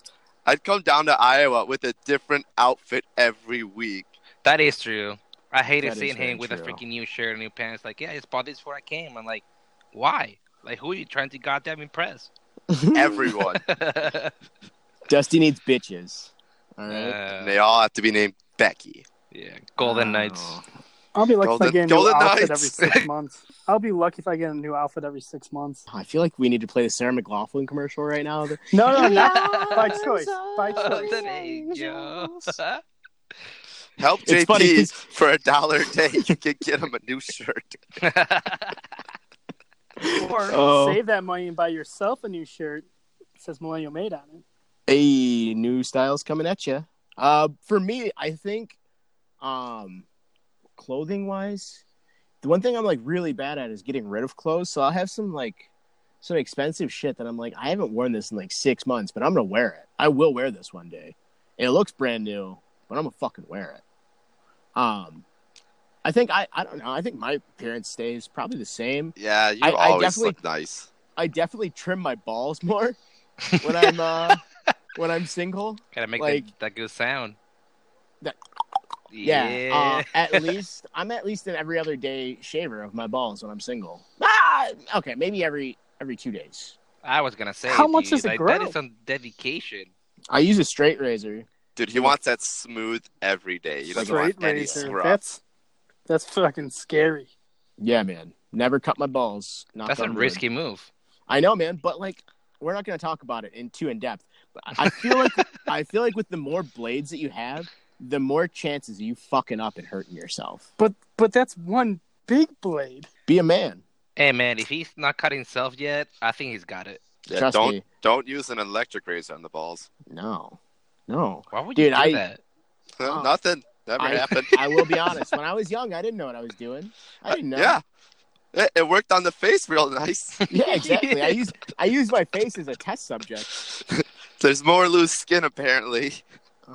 [SPEAKER 2] I'd come down to Iowa with a different outfit every week.
[SPEAKER 4] That is true. I hated
[SPEAKER 1] That is
[SPEAKER 4] seeing
[SPEAKER 1] very
[SPEAKER 4] him with a
[SPEAKER 1] true.
[SPEAKER 4] freaking new shirt and new pants. Like, yeah, I just bought this before I came. I'm like, why? Like, who are you trying to goddamn impress? Uh,
[SPEAKER 2] Everyone.
[SPEAKER 1] Dusty needs bitches. All right.
[SPEAKER 2] And
[SPEAKER 4] Uh,
[SPEAKER 2] they all have to be named Becky.
[SPEAKER 4] yeah, Golden Knights.
[SPEAKER 1] Oh.
[SPEAKER 3] I'll be lucky if I
[SPEAKER 2] Golden-
[SPEAKER 3] get a new
[SPEAKER 2] Golden
[SPEAKER 3] outfit
[SPEAKER 2] Knights.
[SPEAKER 3] every six months. I'll be lucky if I get a new outfit every six months.
[SPEAKER 1] I feel like we need to play the Sarah McLaughlin commercial right now.
[SPEAKER 3] No, no, not by choice. By
[SPEAKER 4] Oh,
[SPEAKER 3] choice.
[SPEAKER 4] there you go.
[SPEAKER 2] Help
[SPEAKER 1] It's funny
[SPEAKER 2] JP
[SPEAKER 1] 'cause-
[SPEAKER 2] for a dollar a day. You can get him a new shirt.
[SPEAKER 3] Or
[SPEAKER 1] Oh.
[SPEAKER 3] save that money and buy yourself a new shirt. It says Millennial Made on it.
[SPEAKER 1] Hey, new styles coming at you. Uh, for me, I think, um, clothing wise, the one thing I'm like really bad at is getting rid of clothes. So I'll have some like some expensive shit that I'm like, I haven't worn this in like six months, but I'm gonna wear it. I will wear this one day. It looks brand new, but I'm gonna fucking wear it. Um, I think I I don't know. I think my appearance stays probably the same.
[SPEAKER 2] Yeah, you
[SPEAKER 1] I- I
[SPEAKER 2] always
[SPEAKER 1] definitely-
[SPEAKER 2] look nice.
[SPEAKER 1] I definitely trim my balls more when I'm uh, when I'm single.
[SPEAKER 4] Gotta make
[SPEAKER 1] Like-
[SPEAKER 4] that, that good sound.
[SPEAKER 1] That- Yeah. Uh, at least I'm at least an every other day shaver of my balls when I'm single. Ah, okay, maybe every every two days.
[SPEAKER 4] I was gonna say.
[SPEAKER 3] How much
[SPEAKER 4] dude,
[SPEAKER 3] does it
[SPEAKER 4] like, That
[SPEAKER 3] grow?
[SPEAKER 4] is some dedication.
[SPEAKER 1] I use a straight razor.
[SPEAKER 2] Dude, he wants that smooth every day. He doesn't
[SPEAKER 3] Straight
[SPEAKER 2] want any
[SPEAKER 3] razor.
[SPEAKER 2] scrubs.
[SPEAKER 3] That's that's fucking scary.
[SPEAKER 1] Yeah, man. Never cut my balls. Knock
[SPEAKER 4] That's a
[SPEAKER 1] on wood.
[SPEAKER 4] risky move.
[SPEAKER 1] I know, man. But like, we're not going to talk about it in too in depth. But I I feel like I feel like with the more blades that you have, the more chances of you fucking up and hurting yourself.
[SPEAKER 3] But but that's one big blade.
[SPEAKER 1] Be a man.
[SPEAKER 4] Hey man, if he's not cut himself yet, I think he's got it.
[SPEAKER 2] Yeah,
[SPEAKER 1] Trust
[SPEAKER 2] don't
[SPEAKER 1] me.
[SPEAKER 2] don't use an electric razor on the balls.
[SPEAKER 1] No, no.
[SPEAKER 4] Why would
[SPEAKER 1] Dude,
[SPEAKER 4] you do
[SPEAKER 1] I-
[SPEAKER 4] that?
[SPEAKER 1] Oh.
[SPEAKER 2] Nothing. Never
[SPEAKER 1] I-
[SPEAKER 2] happened.
[SPEAKER 1] I will be honest. When I was young, I didn't know what I was doing. I didn't know.
[SPEAKER 2] Yeah. It, it worked on the face real nice.
[SPEAKER 1] Yeah, exactly. I use I use my face as a test subject.
[SPEAKER 2] There's more loose skin apparently.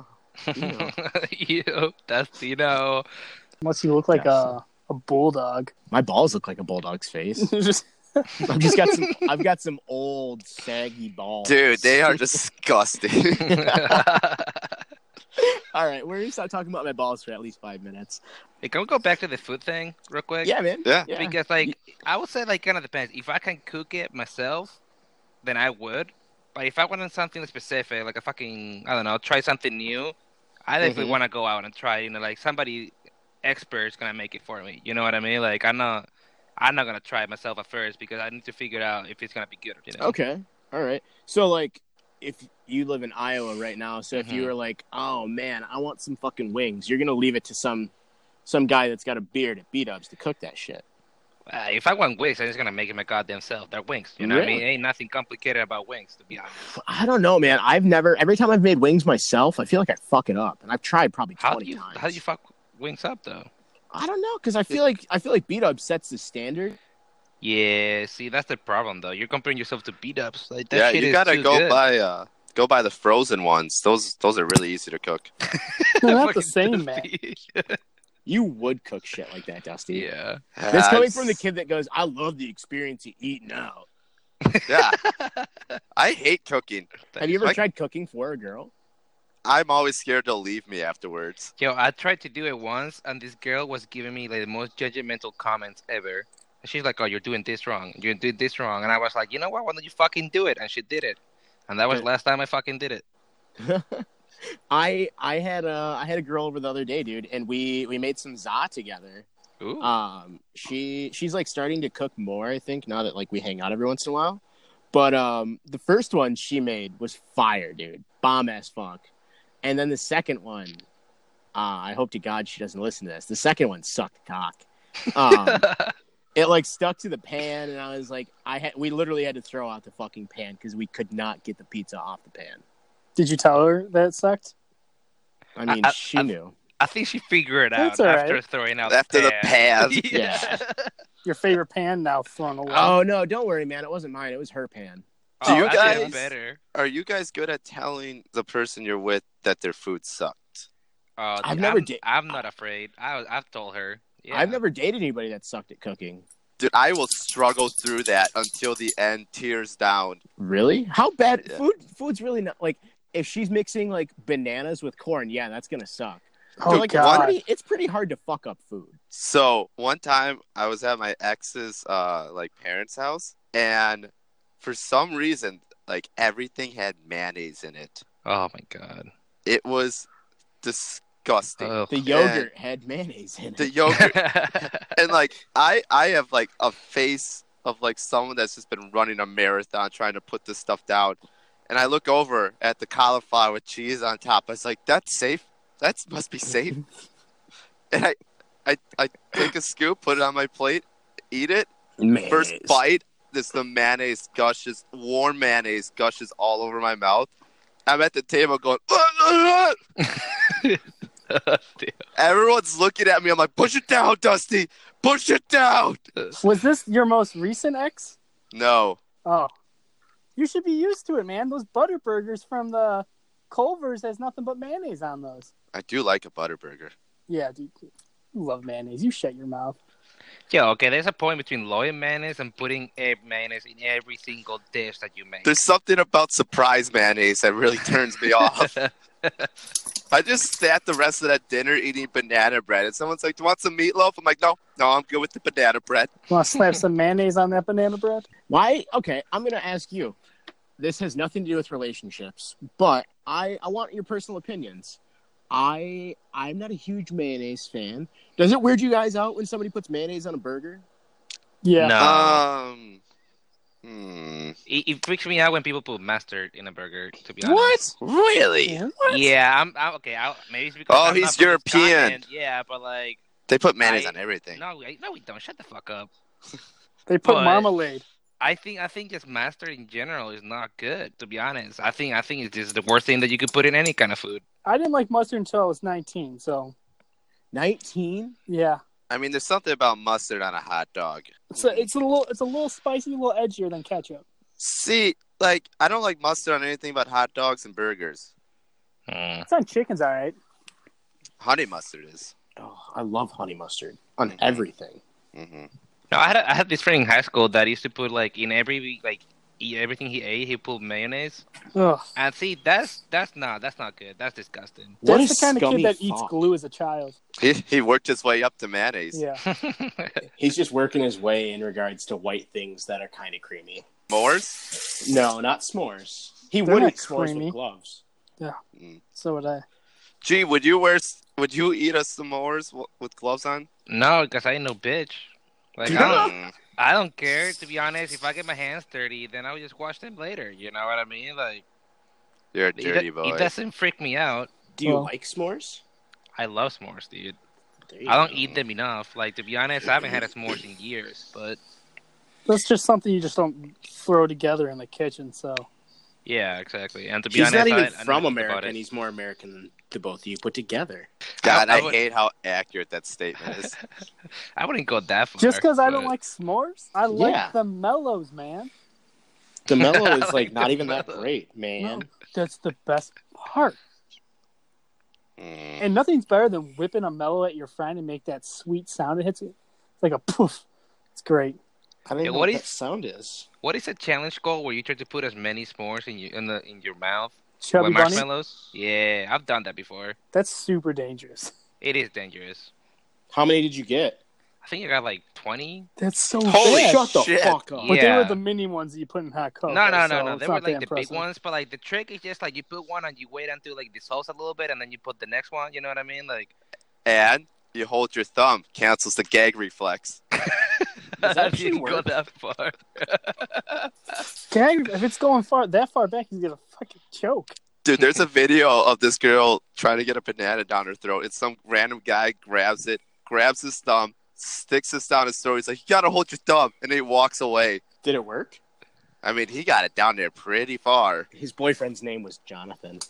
[SPEAKER 1] Ew.
[SPEAKER 4] you, that's you know.
[SPEAKER 3] Unless you look like a, a bulldog.
[SPEAKER 1] My balls look like a bulldog's face. I've just got some. I've got some old saggy balls,
[SPEAKER 2] Dude, they are disgusting.
[SPEAKER 1] All right, we're gonna stop talking about my balls for at least five minutes.
[SPEAKER 4] Hey, can we go back to the food thing real quick?
[SPEAKER 1] Yeah, man.
[SPEAKER 2] Yeah.
[SPEAKER 1] yeah.
[SPEAKER 4] Because like I would say like kind of depends. If I can cook it myself, then I would. But if I wanted something specific, like a fucking I don't know, try something new, I definitely
[SPEAKER 1] Mhm.
[SPEAKER 4] want to go out and try. You know, like somebody expert is gonna make it for me. You know what I mean? Like I'm not, I'm not gonna try it myself at first because I need to figure out if it's gonna be good. You know?
[SPEAKER 1] Okay. All right. So like, if you live in Iowa right now, so if you
[SPEAKER 2] Mm-hmm.
[SPEAKER 4] Mhm.
[SPEAKER 1] were like, oh man, I want some fucking wings, you're gonna leave it to some some guy that's got a beard at B Dubs to cook that shit.
[SPEAKER 4] Uh, if I want wings, I'm just gonna make it my goddamn self. They're wings. You know what I mean?
[SPEAKER 1] Really?
[SPEAKER 4] Ain't nothing complicated about wings, to be honest.
[SPEAKER 1] I don't know, man. I've never. Every time I've made wings myself, I feel like I fuck it up, and I've tried probably
[SPEAKER 4] How do
[SPEAKER 1] twenty
[SPEAKER 4] you
[SPEAKER 1] times.
[SPEAKER 4] how do you fuck wings up though?
[SPEAKER 1] I don't know because I feel like I feel like beat up sets the standard.
[SPEAKER 4] Yeah, see, that's the problem though. You're comparing yourself to beat ups. Like that
[SPEAKER 2] yeah,
[SPEAKER 4] shit
[SPEAKER 2] you
[SPEAKER 4] is
[SPEAKER 2] gotta
[SPEAKER 4] too
[SPEAKER 2] go
[SPEAKER 4] good.
[SPEAKER 2] buy uh go buy the frozen ones. Those those are really easy to cook.
[SPEAKER 3] They're not the
[SPEAKER 4] Fucking
[SPEAKER 3] same, man.
[SPEAKER 1] You would cook shit like that, Dusty.
[SPEAKER 4] yeah.
[SPEAKER 1] This
[SPEAKER 2] Yeah,
[SPEAKER 1] coming
[SPEAKER 2] it's-
[SPEAKER 1] from the kid that goes, "I love the experience of eating out."
[SPEAKER 2] Yeah. I hate cooking.
[SPEAKER 1] Have you ever
[SPEAKER 2] Like-
[SPEAKER 1] tried cooking for a girl?
[SPEAKER 2] I'm always scared they'll leave me afterwards.
[SPEAKER 4] Yo, I tried to do it once, and this girl was giving me like the most judgmental comments ever. And she's like, "Oh, you're doing this wrong. You're doing this wrong." And I was like, "You know what? Why don't you fucking do it?" And she did it. And that was
[SPEAKER 1] Good.
[SPEAKER 4] last time I fucking did it.
[SPEAKER 1] I I had a I had a girl over the other day, dude, and we we made some za together.
[SPEAKER 4] Ooh.
[SPEAKER 1] Um, she she's like starting to cook more, I think, now that like we hang out every once in a while. But um, the first one she made was fire, dude, bomb ass funk. And then the second one, uh, I hope to God she doesn't listen to this. The second one sucked cock. Um, it like stuck to the pan, and I was like, I had we literally had to throw out the fucking pan because we could not get the pizza off the pan.
[SPEAKER 3] Did you tell her that sucked?
[SPEAKER 1] I mean,
[SPEAKER 4] I-
[SPEAKER 1] she
[SPEAKER 4] I-
[SPEAKER 1] knew.
[SPEAKER 4] I think she figured it out
[SPEAKER 3] That's all
[SPEAKER 4] after
[SPEAKER 3] right.
[SPEAKER 4] throwing out
[SPEAKER 2] After the
[SPEAKER 4] pan.
[SPEAKER 2] pan.
[SPEAKER 1] Yeah.
[SPEAKER 3] Your favorite pan now flung away.
[SPEAKER 1] Oh no, don't worry, man. It wasn't mine. It was her pan.
[SPEAKER 2] Do
[SPEAKER 4] Oh,
[SPEAKER 2] you
[SPEAKER 4] that's even
[SPEAKER 2] guys-
[SPEAKER 4] better?
[SPEAKER 2] Are you guys good at telling the person you're with that their food sucked?
[SPEAKER 4] Oh,
[SPEAKER 1] I've
[SPEAKER 4] dude,
[SPEAKER 1] never
[SPEAKER 4] I'm,
[SPEAKER 1] da-
[SPEAKER 4] I'm not afraid. I I've told her. Yeah.
[SPEAKER 1] I've never dated anybody that sucked at cooking.
[SPEAKER 2] Dude, I will struggle through that until the end, tears down.
[SPEAKER 1] Really? How bad
[SPEAKER 2] Yeah.
[SPEAKER 1] food? Food's really not like if she's mixing like bananas with corn. Yeah, that's gonna suck.
[SPEAKER 3] Oh,
[SPEAKER 1] But, like,
[SPEAKER 3] God.
[SPEAKER 1] It's pretty, it's pretty hard to fuck up food.
[SPEAKER 2] So one time I was at my ex's uh like parents' house and for some reason like everything had mayonnaise in it.
[SPEAKER 4] Oh my god. Oh.
[SPEAKER 2] It was disgusting.
[SPEAKER 4] Ugh.
[SPEAKER 1] The yogurt had mayonnaise in it.
[SPEAKER 2] the yogurt and like I I have like a face of like someone that's just been running a marathon trying to put this stuff down. And I look over at the cauliflower with cheese on top. I was like, that's safe. That must be safe. and I, I, I take a scoop, put it on my plate, eat it.
[SPEAKER 1] Man.
[SPEAKER 2] First bite, this the mayonnaise gushes, warm mayonnaise gushes all over my mouth. I'm at the table going. Everyone's looking at me. I'm like, push it down, Dusty. Push it down.
[SPEAKER 3] Was this your most recent ex?
[SPEAKER 2] No,
[SPEAKER 3] Oh, you should be used to it, man. Those butter burgers from the Culver's has nothing but mayonnaise on those.
[SPEAKER 2] I do like a butterburger.
[SPEAKER 3] Yeah, dude, you love mayonnaise. You shut your mouth.
[SPEAKER 4] Yeah, okay, there's a point between loin mayonnaise and putting egg mayonnaise in every single dish that you make.
[SPEAKER 2] There's something about surprise mayonnaise that really turns me off. I just sat the rest of that dinner eating banana bread, and someone's like, "Do you want some meatloaf?" I'm like, "No, no, I'm good with the banana bread."
[SPEAKER 3] Want to slap some mayonnaise on that banana bread?
[SPEAKER 1] Why? Okay, I'm going to ask you. This has nothing to do with relationships, but I, I want your personal opinions. I I'm not a huge mayonnaise fan. Does it weird you guys out when somebody puts mayonnaise on a burger?
[SPEAKER 3] Yeah.
[SPEAKER 4] No.
[SPEAKER 2] Um, hmm,
[SPEAKER 4] It, it freaks me out when people put mustard in a burger. To be honest.
[SPEAKER 2] what? Really?
[SPEAKER 3] Yeah.
[SPEAKER 4] Yeah, I'm, I'm okay. I, maybe it's because
[SPEAKER 2] Oh,
[SPEAKER 4] I'm
[SPEAKER 2] he's
[SPEAKER 4] not from
[SPEAKER 2] European.
[SPEAKER 4] Wisconsin. Yeah, but like,
[SPEAKER 2] They put mayonnaise
[SPEAKER 4] I-
[SPEAKER 2] on everything.
[SPEAKER 4] no, we- no, we don't. Shut the fuck up.
[SPEAKER 3] They put
[SPEAKER 4] But-
[SPEAKER 3] marmalade.
[SPEAKER 4] I think I think just mustard in general is not good. To be honest, I think I think it's just the worst thing that you could put in any kind of food.
[SPEAKER 3] I didn't like mustard until I was 19, so
[SPEAKER 1] Nineteen?
[SPEAKER 3] yeah.
[SPEAKER 2] I mean, there's something about mustard on a hot dog.
[SPEAKER 3] It's
[SPEAKER 2] Mm.
[SPEAKER 3] a, it's a little it's a little spicy, a little edgier than ketchup.
[SPEAKER 2] See, like, I don't like mustard on anything but hot dogs and burgers. Hmm.
[SPEAKER 4] Mm.
[SPEAKER 3] It's on chickens, all right.
[SPEAKER 2] Honey mustard is.
[SPEAKER 1] Oh, I love honey mustard
[SPEAKER 2] Mm-hmm.
[SPEAKER 1] on everything.
[SPEAKER 2] hmm
[SPEAKER 4] No, I had a, I had this friend in high school that used to put like in every like eat everything he ate, he put mayonnaise.
[SPEAKER 3] Ugh.
[SPEAKER 4] And see, that's that's not that's not good. That's disgusting.
[SPEAKER 1] What
[SPEAKER 3] That's
[SPEAKER 1] a
[SPEAKER 3] the kind of
[SPEAKER 1] scummy
[SPEAKER 3] kid that eats
[SPEAKER 1] fuck.
[SPEAKER 3] glue as a child.
[SPEAKER 2] He, he worked his way up to mayonnaise.
[SPEAKER 3] Yeah.
[SPEAKER 1] He's just working his way in regards to white things that are kind of creamy.
[SPEAKER 2] Moors?
[SPEAKER 1] No, not s'mores. He
[SPEAKER 3] They're
[SPEAKER 1] would
[SPEAKER 3] not
[SPEAKER 1] eat s'mores
[SPEAKER 3] creamy.
[SPEAKER 1] with gloves.
[SPEAKER 3] So would I.
[SPEAKER 2] Gee, would you wear? s- Would you eat us some Moors w- with gloves on?
[SPEAKER 4] no, because I ain't no bitch. Like I don't,
[SPEAKER 2] Mm.
[SPEAKER 4] I don't care to be honest. If I get my hands dirty, then I'll just wash them later. You know what I mean? Like
[SPEAKER 2] You're a
[SPEAKER 4] it do-
[SPEAKER 2] dirty
[SPEAKER 4] it,
[SPEAKER 2] boy.
[SPEAKER 4] doesn't freak me out.
[SPEAKER 1] Do you
[SPEAKER 3] Well-
[SPEAKER 1] like s'mores?
[SPEAKER 4] I love s'mores, dude.
[SPEAKER 1] There you
[SPEAKER 4] I don't
[SPEAKER 1] go.
[SPEAKER 4] eat them enough. Like to be honest, I haven't had a s'mores in years. But
[SPEAKER 3] That's just something you just don't throw together in the kitchen. So
[SPEAKER 4] yeah, exactly. And to be
[SPEAKER 1] He's
[SPEAKER 4] honest,
[SPEAKER 1] not even
[SPEAKER 4] I, I
[SPEAKER 1] from
[SPEAKER 4] never think about
[SPEAKER 1] America,
[SPEAKER 4] it.
[SPEAKER 1] and he's more American than the both of you put together.
[SPEAKER 2] God, I,
[SPEAKER 4] I would-
[SPEAKER 2] hate how accurate that statement is.
[SPEAKER 1] e-
[SPEAKER 4] I wouldn't go that far.
[SPEAKER 3] just because I don't
[SPEAKER 4] but-
[SPEAKER 3] like s'mores, I like
[SPEAKER 1] Yeah.
[SPEAKER 3] the mellows, man.
[SPEAKER 1] The mellow is
[SPEAKER 4] Like
[SPEAKER 1] like not
[SPEAKER 4] the
[SPEAKER 1] even that
[SPEAKER 4] mellow.
[SPEAKER 1] great, man.
[SPEAKER 3] That's the best part.
[SPEAKER 2] Mm.
[SPEAKER 3] And nothing's better than whipping a mellow at your friend and make that sweet sound it hits. you. It's like a poof. It's great.
[SPEAKER 1] I don't even
[SPEAKER 4] Yeah,
[SPEAKER 1] know
[SPEAKER 4] what
[SPEAKER 1] what
[SPEAKER 4] is-
[SPEAKER 1] that sound is.
[SPEAKER 4] what is a challenge goal where you try to put as many s'mores in you in the in your mouth
[SPEAKER 3] Chubby
[SPEAKER 4] with
[SPEAKER 3] bunny.
[SPEAKER 4] marshmallows? Yeah, I've done that before.
[SPEAKER 3] That's super dangerous.
[SPEAKER 4] It is dangerous.
[SPEAKER 1] How many did you get?
[SPEAKER 4] I think I got like twenty.
[SPEAKER 3] That's so
[SPEAKER 2] Holy
[SPEAKER 3] bad.
[SPEAKER 1] Shut the
[SPEAKER 2] shit.
[SPEAKER 1] fuck up.
[SPEAKER 3] But they
[SPEAKER 4] Yeah.
[SPEAKER 3] were the mini ones that you put in hot cocoa.
[SPEAKER 4] no,
[SPEAKER 3] so
[SPEAKER 4] no, no, no.
[SPEAKER 3] it's
[SPEAKER 4] They
[SPEAKER 3] not
[SPEAKER 4] were
[SPEAKER 3] that
[SPEAKER 4] like the big
[SPEAKER 3] impressive.
[SPEAKER 4] ones, but like the trick is just like you put one and you wait until like dissolves a little bit, and then you put the next one. You know what I mean? Like
[SPEAKER 2] And you hold your thumb, cancels the gag reflex.
[SPEAKER 1] Does that
[SPEAKER 4] I
[SPEAKER 1] actually
[SPEAKER 4] didn't go
[SPEAKER 1] work?
[SPEAKER 4] that far.
[SPEAKER 3] Gag- if it's going far that far back, he's gonna fucking choke.
[SPEAKER 2] Dude, there's a video of this girl trying to get a banana down her throat, and some random guy grabs it, grabs his thumb, sticks this down his throat. He's like, "You gotta hold your thumb," and he walks away.
[SPEAKER 1] Did it work?
[SPEAKER 2] I mean, he got it down there pretty far.
[SPEAKER 1] His boyfriend's name was Jonathan.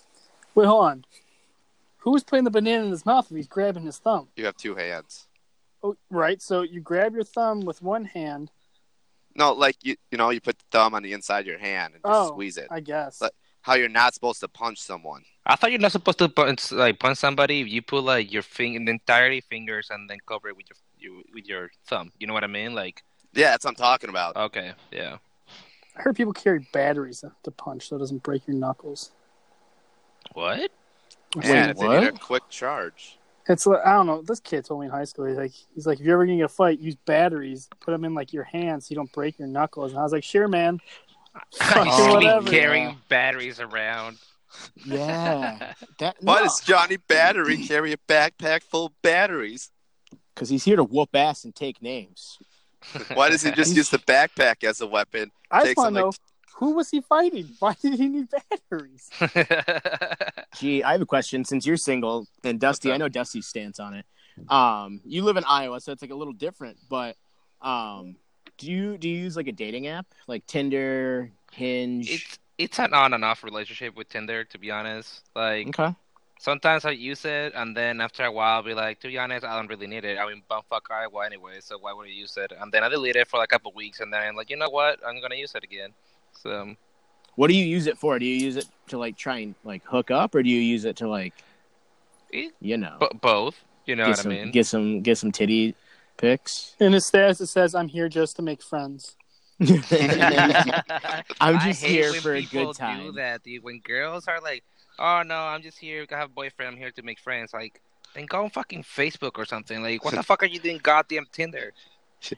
[SPEAKER 3] Wait, hold on. Who's putting the banana in his mouth if he's grabbing his thumb?
[SPEAKER 2] You have two hands.
[SPEAKER 3] Oh, right. So you grab your thumb with one hand.
[SPEAKER 2] No, like you, you know, you put the thumb on the inside of your hand and just
[SPEAKER 3] Oh,
[SPEAKER 2] squeeze it.
[SPEAKER 3] I guess.
[SPEAKER 2] But- How you're not supposed to punch someone.
[SPEAKER 4] I thought you're not supposed to punch like punch somebody. if You put like your finger, the entirety fingers, and then cover it with your, your with your thumb. You know what I mean? Like
[SPEAKER 2] Yeah, that's what I'm talking about.
[SPEAKER 4] okay, yeah.
[SPEAKER 3] I heard people carry batteries to punch so it doesn't break your knuckles.
[SPEAKER 4] What?
[SPEAKER 3] It's
[SPEAKER 2] Man, if
[SPEAKER 3] like,
[SPEAKER 2] they need a
[SPEAKER 1] what?
[SPEAKER 2] quick charge.
[SPEAKER 3] it's like I don't know. This kid told me in high school. He's like, he's like, if you're ever gonna get a fight, use batteries. Put them in like your hands so you don't break your knuckles. And I was like, sure, man.
[SPEAKER 4] I used to
[SPEAKER 3] whatever,
[SPEAKER 4] be carrying
[SPEAKER 1] yeah.
[SPEAKER 4] batteries around.
[SPEAKER 1] Yeah, that
[SPEAKER 2] Why does Johnny Battery carry a backpack full of batteries?
[SPEAKER 1] because he's here to whoop ass and take names.
[SPEAKER 2] Why does he just use the backpack as a weapon?
[SPEAKER 3] I just
[SPEAKER 2] Takes
[SPEAKER 3] want to
[SPEAKER 2] them,
[SPEAKER 3] know
[SPEAKER 2] like-
[SPEAKER 3] who was he fighting? Why did he need batteries?
[SPEAKER 1] Gee, I have a question. Since you're single and Dusty, I know Dusty's stance on it. Um, you live in Iowa, so it's like a little different. But um, do you do you use like a dating app like Tinder, Hinge?
[SPEAKER 4] It's it's an on and off relationship with Tinder, to be honest. Like
[SPEAKER 1] okay.
[SPEAKER 4] sometimes I use it, and then after a while, I'll be like, to be honest, I don't really need it. I'm in bumfuck Iowa anyway, so why would I use it? And then I delete it for like a couple weeks, and then I'm like, you know what? I'm gonna use it again. So
[SPEAKER 1] What do you use it for? Do you use it to like try and like hook up, or do you use it to like,
[SPEAKER 4] Eh,
[SPEAKER 1] you know,
[SPEAKER 4] b- both, you know
[SPEAKER 1] get
[SPEAKER 4] what
[SPEAKER 1] some
[SPEAKER 4] I mean?
[SPEAKER 1] get some get some titty pics?
[SPEAKER 3] In his status, it says, "I'm here just to make friends."
[SPEAKER 1] I'm
[SPEAKER 4] I
[SPEAKER 1] just
[SPEAKER 4] hate
[SPEAKER 1] here
[SPEAKER 4] when
[SPEAKER 1] for a
[SPEAKER 4] people
[SPEAKER 1] good time.
[SPEAKER 4] Do that, dude. When girls are like, "Oh no, I'm just here. I have a boyfriend. I'm here to make friends." Like, then go on fucking Facebook or something. Like, what the fuck are you doing? Goddamn Tinder.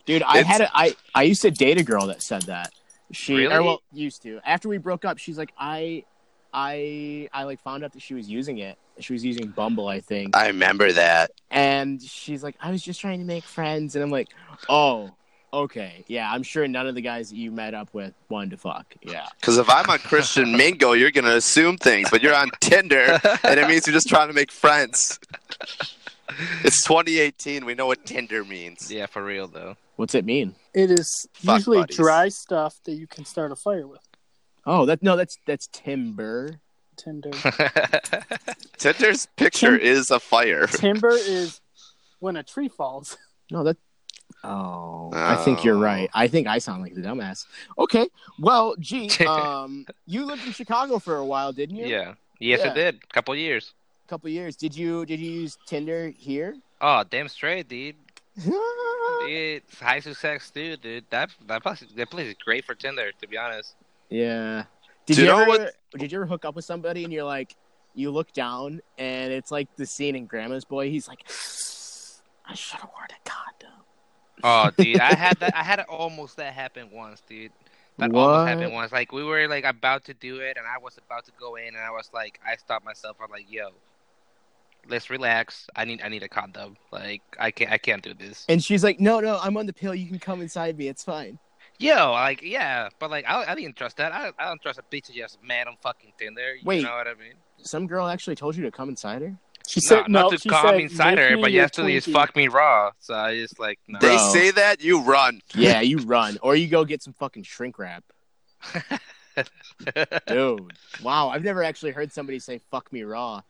[SPEAKER 1] Dude, I
[SPEAKER 2] It's-
[SPEAKER 1] had a, I I used to date a girl that said that. She
[SPEAKER 4] Really?
[SPEAKER 1] or well, used to. After we broke up, she's like, I, I, I like found out that she was using it. She was using Bumble, I think.
[SPEAKER 2] I remember that.
[SPEAKER 1] And she's like, I was just trying to make friends, and I'm like, oh, okay, yeah. I'm sure none of the guys that you met up with wanted to fuck. Yeah.
[SPEAKER 2] Because if I'm on Christian Mingle, you're going to assume things, but you're on Tinder, and it means you're just trying to make friends. It's 2018. We know what Tinder means.
[SPEAKER 4] yeah, for real though.
[SPEAKER 1] What's it mean?
[SPEAKER 3] It is
[SPEAKER 2] Fuck
[SPEAKER 3] usually
[SPEAKER 2] buddies.
[SPEAKER 3] dry stuff that you can start a fire with.
[SPEAKER 1] Oh, that no, that's that's timber.
[SPEAKER 3] Tinder.
[SPEAKER 2] Tinder's picture
[SPEAKER 3] Tim-
[SPEAKER 2] is a fire.
[SPEAKER 3] Timber is when a tree falls.
[SPEAKER 1] No, that. Oh, I think you're
[SPEAKER 2] Oh.
[SPEAKER 1] right. I think I sound like the dumbass. Okay, well, gee, um, you lived in Chicago for a while, didn't you?
[SPEAKER 4] yeah. Yes,
[SPEAKER 1] Yeah.
[SPEAKER 4] I did. Couple years.
[SPEAKER 1] A couple years. Did you did you use Tinder here?
[SPEAKER 4] Oh, damn straight, dude. It's high success, dude. Dude, that that place, that place is great for Tinder. To be honest.
[SPEAKER 1] yeah. Did
[SPEAKER 2] Do
[SPEAKER 1] you,
[SPEAKER 2] you know
[SPEAKER 1] ever
[SPEAKER 2] what-
[SPEAKER 1] did you ever hook up with somebody and you're like, you look down and it's like the scene in Grandma's Boy. He's like, I should have worn a condom.
[SPEAKER 4] Oh, dude, I had that. I had almost that happen once, dude. That almost happened
[SPEAKER 1] What?
[SPEAKER 4] once. Like we were like about to do it, and I was about to go in, and I was like, I stopped myself. I'm like, yo, let's relax. I need, I need a condom. Like I can't, I can't do this.
[SPEAKER 1] And she's like, No, no, I'm on the pill. You can come inside me. It's fine.
[SPEAKER 4] Yo, like yeah, but like I, I didn't trust that. I, I don't trust a bitch to just mad on fucking Tinder. You
[SPEAKER 1] Wait.
[SPEAKER 4] know what I mean?
[SPEAKER 1] Some girl actually told you to come inside her.
[SPEAKER 3] She
[SPEAKER 4] No,
[SPEAKER 3] said,
[SPEAKER 4] not
[SPEAKER 3] "No."
[SPEAKER 4] to
[SPEAKER 3] she
[SPEAKER 4] come
[SPEAKER 3] said,
[SPEAKER 4] inside
[SPEAKER 3] "Make
[SPEAKER 4] her,
[SPEAKER 3] me
[SPEAKER 4] but
[SPEAKER 3] your
[SPEAKER 4] you have to just
[SPEAKER 3] Twinkie."
[SPEAKER 4] fuck me raw. So I just like no.
[SPEAKER 2] They
[SPEAKER 1] Bro.
[SPEAKER 2] say that, you run.
[SPEAKER 1] Yeah, you run, or you go get some fucking shrink wrap, dude. wow, I've never actually heard somebody say "fuck me raw."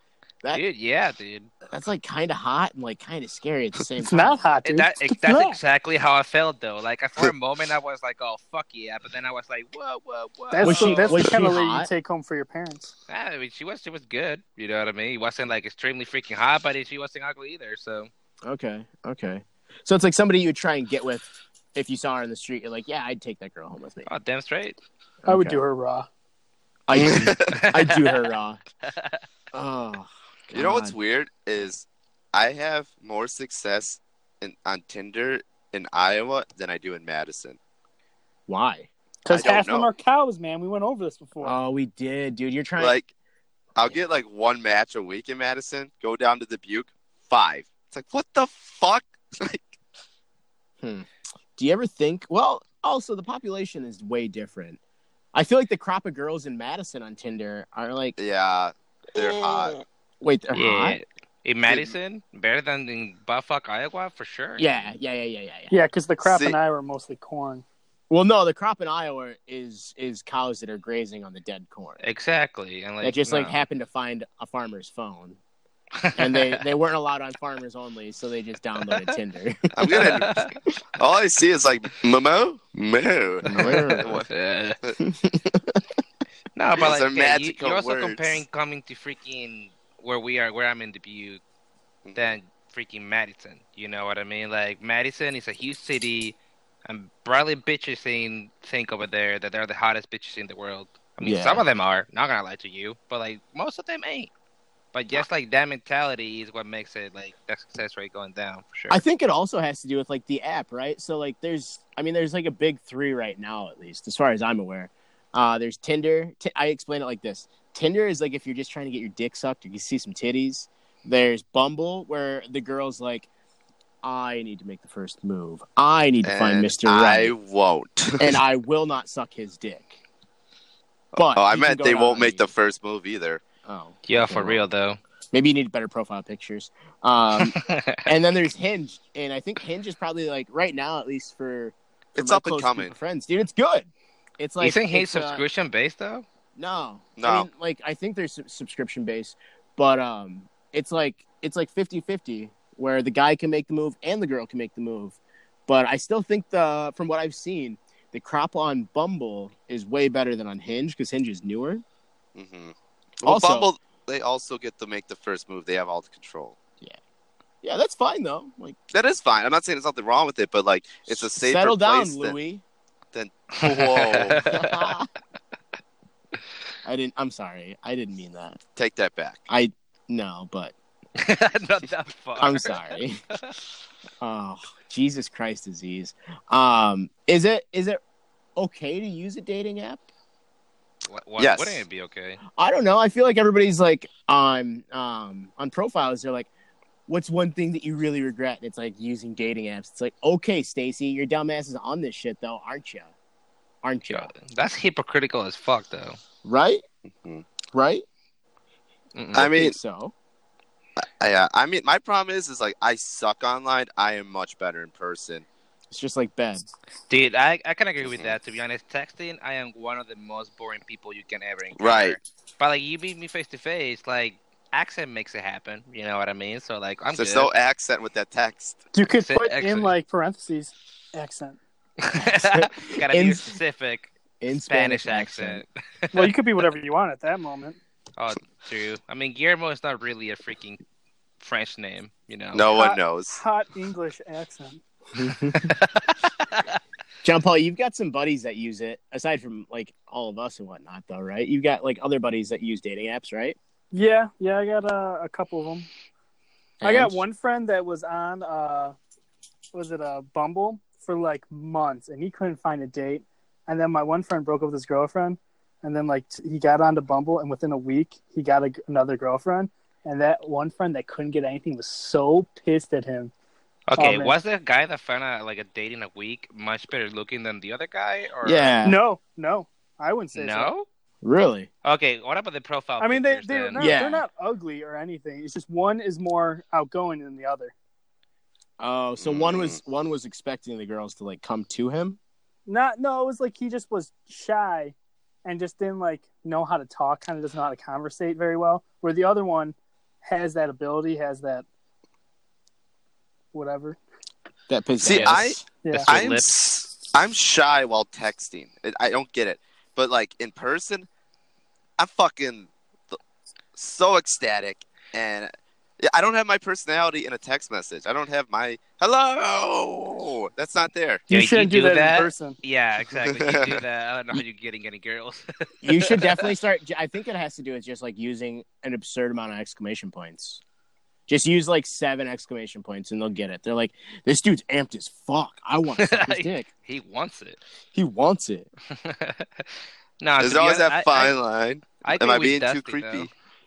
[SPEAKER 1] That
[SPEAKER 4] dude, yeah, dude.
[SPEAKER 1] that's like kind of hot and like kind of scary at the same
[SPEAKER 3] It's
[SPEAKER 1] time.
[SPEAKER 3] not hot,
[SPEAKER 4] And
[SPEAKER 3] dude.
[SPEAKER 4] that,
[SPEAKER 3] It's
[SPEAKER 4] that's
[SPEAKER 3] not.
[SPEAKER 4] exactly how I felt though. Like for a moment, I was like, "Oh fuck yeah," but then I was like, "Whoa, whoa, whoa."
[SPEAKER 3] That's,
[SPEAKER 1] Was
[SPEAKER 3] the,
[SPEAKER 1] she-
[SPEAKER 3] that's
[SPEAKER 1] was
[SPEAKER 3] the
[SPEAKER 1] she
[SPEAKER 3] kind of lady you
[SPEAKER 1] hot?
[SPEAKER 3] take home for your parents.
[SPEAKER 4] I mean, she was she was good. You know what I mean? It wasn't like extremely freaking hot, but she wasn't ugly either. So
[SPEAKER 1] Okay, okay. So it's like somebody you would try and get with if you saw her in the street. You're like, yeah, I'd take that girl home with me.
[SPEAKER 4] oh, damn straight.
[SPEAKER 3] I would
[SPEAKER 1] Okay.
[SPEAKER 3] do her raw.
[SPEAKER 1] I I do her raw. Oh,
[SPEAKER 2] You know what's
[SPEAKER 1] God.
[SPEAKER 2] weird is I have more success in, on Tinder in Iowa than I do in Madison.
[SPEAKER 1] why?
[SPEAKER 3] Because
[SPEAKER 2] I don't
[SPEAKER 3] half of them
[SPEAKER 2] know.
[SPEAKER 3] are cows, man. We went over this before.
[SPEAKER 1] Oh, we did, dude. You're trying.
[SPEAKER 2] Like, I'll get like one match a week in Madison. Go down to Dubuque, five. It's like what the fuck? Like,
[SPEAKER 1] do you ever think? Well, also the population is way different. I feel like the crop of girls in Madison on Tinder are like,
[SPEAKER 2] yeah, they're hot.
[SPEAKER 1] wait, they're hot.
[SPEAKER 4] yeah, in Madison, better than in Buffuck, Iowa, for sure.
[SPEAKER 1] Yeah, yeah, yeah, yeah, yeah, yeah.
[SPEAKER 3] yeah, because the crop
[SPEAKER 2] See-
[SPEAKER 3] and I were mostly corn.
[SPEAKER 1] Well, no, the crop in Iowa is is cows that are grazing on the dead corn.
[SPEAKER 4] exactly. And like
[SPEAKER 1] that just like
[SPEAKER 4] no.
[SPEAKER 1] happened to find a farmer's phone, and they they weren't allowed on farmers only, so they just downloaded Tinder.
[SPEAKER 2] I'm gonna. all I see is like Momo, Moo.
[SPEAKER 4] no,
[SPEAKER 2] Those
[SPEAKER 4] but like
[SPEAKER 2] are
[SPEAKER 4] yeah, you,
[SPEAKER 2] magical
[SPEAKER 4] you're also
[SPEAKER 2] words.
[SPEAKER 4] comparing coming to freaking where we are, where I'm in Dubuque,
[SPEAKER 2] Mm-hmm.
[SPEAKER 4] than freaking Madison. You know what I mean? Like Madison is a huge city, and probably bitches think think over there that they're the hottest bitches in the world. I mean,
[SPEAKER 1] Yeah.
[SPEAKER 4] some of them are. Not gonna lie to you, but like most of them ain't. But just like that mentality is what makes it like that success rate going down for sure.
[SPEAKER 1] I think it also has to do with like the app, right? So like, there's, I mean, there's like a big three right now, at least as far as I'm aware. Uh, there's Tinder. T- I explain it like this: Tinder is like if you're just trying to get your dick sucked or you see some titties. There's Bumble, where the girl's like, I need to make the first move. I need to find
[SPEAKER 2] And
[SPEAKER 1] Mister
[SPEAKER 2] I
[SPEAKER 1] Right,
[SPEAKER 2] won't.
[SPEAKER 1] and I will not suck his dick. But
[SPEAKER 2] oh, I
[SPEAKER 1] you can
[SPEAKER 2] Oh, meant
[SPEAKER 1] go
[SPEAKER 2] they
[SPEAKER 1] down
[SPEAKER 2] won't
[SPEAKER 1] on
[SPEAKER 2] make
[SPEAKER 1] me.
[SPEAKER 2] the first move either.
[SPEAKER 1] Oh,
[SPEAKER 4] yeah,
[SPEAKER 1] okay,
[SPEAKER 4] for
[SPEAKER 1] well,
[SPEAKER 4] real though.
[SPEAKER 1] knows? Maybe you need better profile pictures. Um, and then there's Hinge, and I think Hinge is probably like right now, at least for, for
[SPEAKER 2] It's
[SPEAKER 1] my
[SPEAKER 2] up and
[SPEAKER 1] close group
[SPEAKER 2] coming.
[SPEAKER 1] of friends, dude. It's good. It's like
[SPEAKER 4] you think he's
[SPEAKER 1] it's, uh,
[SPEAKER 4] subscription based though?
[SPEAKER 1] No,
[SPEAKER 2] No.
[SPEAKER 1] I mean, like I think there's sub- subscription based, but um, it's like it's like 50-50 where the guy can make the move and the girl can make the move. But I still think the from what I've seen, the crop on Bumble is way better than on Hinge because Hinge is newer.
[SPEAKER 2] hmm Well,
[SPEAKER 1] Also-
[SPEAKER 2] Bumble, they also get to make the first move. They have all the control.
[SPEAKER 1] Yeah, that's fine though. Like
[SPEAKER 2] That is fine. I'm not saying there's nothing wrong with it, but like it's a safer
[SPEAKER 1] settle down,
[SPEAKER 2] place than-
[SPEAKER 1] Louis.
[SPEAKER 2] Whoa.
[SPEAKER 1] I didn't. I'm sorry. I didn't mean that.
[SPEAKER 2] Take that back.
[SPEAKER 1] I no, but
[SPEAKER 4] Not that far.
[SPEAKER 1] I'm sorry. oh, Jesus Christ, disease. Um, is it is it okay to use a dating app?
[SPEAKER 4] Why, why
[SPEAKER 2] Yes.
[SPEAKER 4] wouldn't it be okay?
[SPEAKER 1] I don't know. I feel like everybody's like on um on profiles. They're like, "What's one thing that you really regret?" And it's like using dating apps. It's like, okay, Stacy, your dumbass is on this shit though, aren't you? Aren't you?
[SPEAKER 4] Yeah, that's hypocritical as fuck though.
[SPEAKER 1] Right?
[SPEAKER 2] Mhm.
[SPEAKER 1] Right?
[SPEAKER 4] Mm-mm.
[SPEAKER 2] I mean-
[SPEAKER 1] think so.
[SPEAKER 2] I, uh, I mean, my problem is, is like I suck online. I am much better in person.
[SPEAKER 1] It's just like Ben.
[SPEAKER 4] Dude, I, I can agree with
[SPEAKER 2] Mhm.
[SPEAKER 4] that. To be honest, texting, I am one of the most boring people you can ever encounter.
[SPEAKER 2] Right.
[SPEAKER 4] But like, you meet me face to face, like accent makes it happen. You know what I mean? So like, I'm
[SPEAKER 2] There's
[SPEAKER 4] good.
[SPEAKER 2] no accent with that text.
[SPEAKER 3] You could
[SPEAKER 4] Accent,
[SPEAKER 3] put in
[SPEAKER 4] accent.
[SPEAKER 3] like parentheses accent.
[SPEAKER 4] Gotta be
[SPEAKER 1] In-
[SPEAKER 4] specific.
[SPEAKER 1] In
[SPEAKER 4] Spanish, accent.
[SPEAKER 3] Well, you could be whatever you want at that moment.
[SPEAKER 4] Oh, true. I mean, Guillermo is not really a freaking French name, you know.
[SPEAKER 2] No
[SPEAKER 3] Uh,
[SPEAKER 2] one knows.
[SPEAKER 3] Hot English accent.
[SPEAKER 1] John Paul, you've got some buddies that use it, aside from like all of us and whatnot, though, right? You've got like other buddies that use dating apps, right?
[SPEAKER 3] Yeah, yeah, I got uh, a couple of them. I got one friend that was on uh was it a Bumble for like months and he couldn't find a date. And then my one friend broke up with his girlfriend and then like t- he got onto Bumble and within a week he got a g another girlfriend and that one friend that couldn't get anything was so pissed at him.
[SPEAKER 4] Okay,
[SPEAKER 3] Oh, man.
[SPEAKER 4] was the guy that found out like a date in a week much better looking than the other guy? Or
[SPEAKER 1] Yeah.
[SPEAKER 3] uh, No, no. I wouldn't say so.
[SPEAKER 4] no.
[SPEAKER 1] Really?
[SPEAKER 4] Okay, what about the profile?
[SPEAKER 3] I mean they
[SPEAKER 4] pictures
[SPEAKER 3] they're
[SPEAKER 4] then?
[SPEAKER 3] not,
[SPEAKER 1] Yeah.
[SPEAKER 3] they're not ugly or anything. It's just one is more outgoing than the other.
[SPEAKER 1] Oh, so one was
[SPEAKER 4] Mm.
[SPEAKER 1] one was expecting the girls to like come to him.
[SPEAKER 3] Not no, it was like he just was shy and just didn't like know how to talk, kinda doesn't know how to conversate very well. Where the other one has that ability, has that whatever.
[SPEAKER 1] That pissed
[SPEAKER 2] See, I,
[SPEAKER 3] Yeah.
[SPEAKER 4] That's-
[SPEAKER 2] I'm,
[SPEAKER 4] Lip.
[SPEAKER 2] s- I'm shy while texting. It- I don't get it. But like in person, I'm fucking th- so ecstatic, and yeah, I don't have my personality in a text message. I don't have my hello. That's not there.
[SPEAKER 4] Yeah, you do that?
[SPEAKER 3] in person.
[SPEAKER 4] Yeah, exactly. You do that. I don't know how you're getting any girls.
[SPEAKER 1] you should definitely start. I think it has to do with just like using an absurd amount of exclamation points. Just use like seven exclamation points and they'll get it. They're like, this dude's amped as fuck. I want to suck his dick.
[SPEAKER 4] he wants it.
[SPEAKER 1] He wants it.
[SPEAKER 4] no,
[SPEAKER 2] There's
[SPEAKER 4] to be
[SPEAKER 2] always
[SPEAKER 4] honest,
[SPEAKER 2] that
[SPEAKER 4] Uh, I- I-
[SPEAKER 2] fine line.
[SPEAKER 4] I
[SPEAKER 2] Am
[SPEAKER 4] agree
[SPEAKER 2] I
[SPEAKER 4] with
[SPEAKER 2] being
[SPEAKER 4] Dusty,
[SPEAKER 2] too creepy?
[SPEAKER 4] though.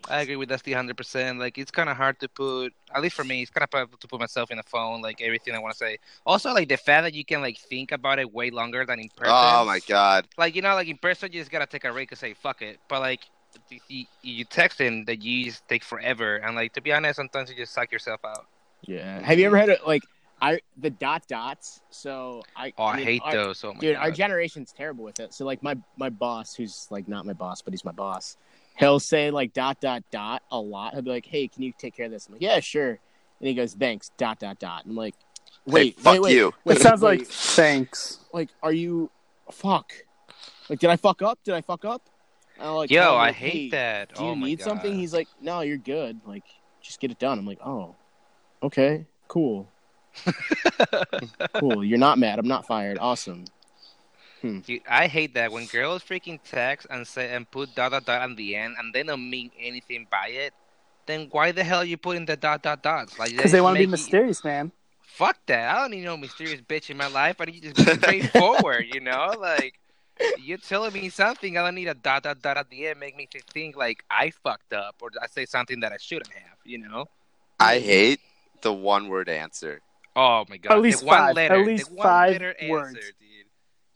[SPEAKER 4] I agree with Dusty hundred percent. Like it's kind of hard to put, at least for me, it's kind of hard to put myself in the phone, like everything I want to say. Also, like the fact that you can like think about it way longer than in person.
[SPEAKER 2] Oh my god.
[SPEAKER 4] Like you know, like in person, you just gotta take a break and say fuck it. But like you, you, you text him, that you just take forever. And like to be honest, sometimes you just suck yourself out.
[SPEAKER 1] Yeah. Have you ever had a, like, I, the dot dots? So I,
[SPEAKER 4] Oh, I,
[SPEAKER 1] mean,
[SPEAKER 4] hate
[SPEAKER 1] our-
[SPEAKER 4] those. Oh my
[SPEAKER 1] dude
[SPEAKER 4] god.
[SPEAKER 1] our generation's terrible with it so like my my boss who's like not my boss but he's my boss he'll say like dot dot dot a lot he'll be like hey can you take care of this i'm like yeah sure and he goes thanks dot dot dot i'm like wait
[SPEAKER 2] hey, fuck
[SPEAKER 1] wait, wait,
[SPEAKER 2] you.
[SPEAKER 1] wait,
[SPEAKER 3] it sounds
[SPEAKER 1] wait,
[SPEAKER 3] like thanks.
[SPEAKER 1] like are you fuck like did i fuck up did i fuck up and I'll, like,
[SPEAKER 4] Yo,
[SPEAKER 1] tell him,
[SPEAKER 4] I
[SPEAKER 1] like,
[SPEAKER 4] hate
[SPEAKER 1] "Hey,
[SPEAKER 4] that.
[SPEAKER 1] do you
[SPEAKER 4] oh my
[SPEAKER 1] need
[SPEAKER 4] god.
[SPEAKER 1] something he's like no you're good like just get it done i'm like oh okay cool cool you're not mad i'm not fired awesome
[SPEAKER 4] Dude, I hate that when girls freaking text and say and put dot dot dot on the end and they don't mean anything by it. Then why the hell are you putting the dot dot dots? Like
[SPEAKER 3] Because they want to be
[SPEAKER 4] make-
[SPEAKER 3] mysterious, man.
[SPEAKER 4] Fuck that! I don't need no mysterious bitch in my life. I need just straightforward. you know, like you're telling me something. I don't need a dot dot dot at the end. Make me th- think like I fucked up or I say something that I shouldn't have. You know?
[SPEAKER 2] I hate the one word answer.
[SPEAKER 4] Oh my god!
[SPEAKER 3] At least
[SPEAKER 4] the one
[SPEAKER 3] five. At
[SPEAKER 4] Letter,
[SPEAKER 3] least
[SPEAKER 4] the one
[SPEAKER 3] five
[SPEAKER 4] letter
[SPEAKER 3] words.
[SPEAKER 4] Answer, dude.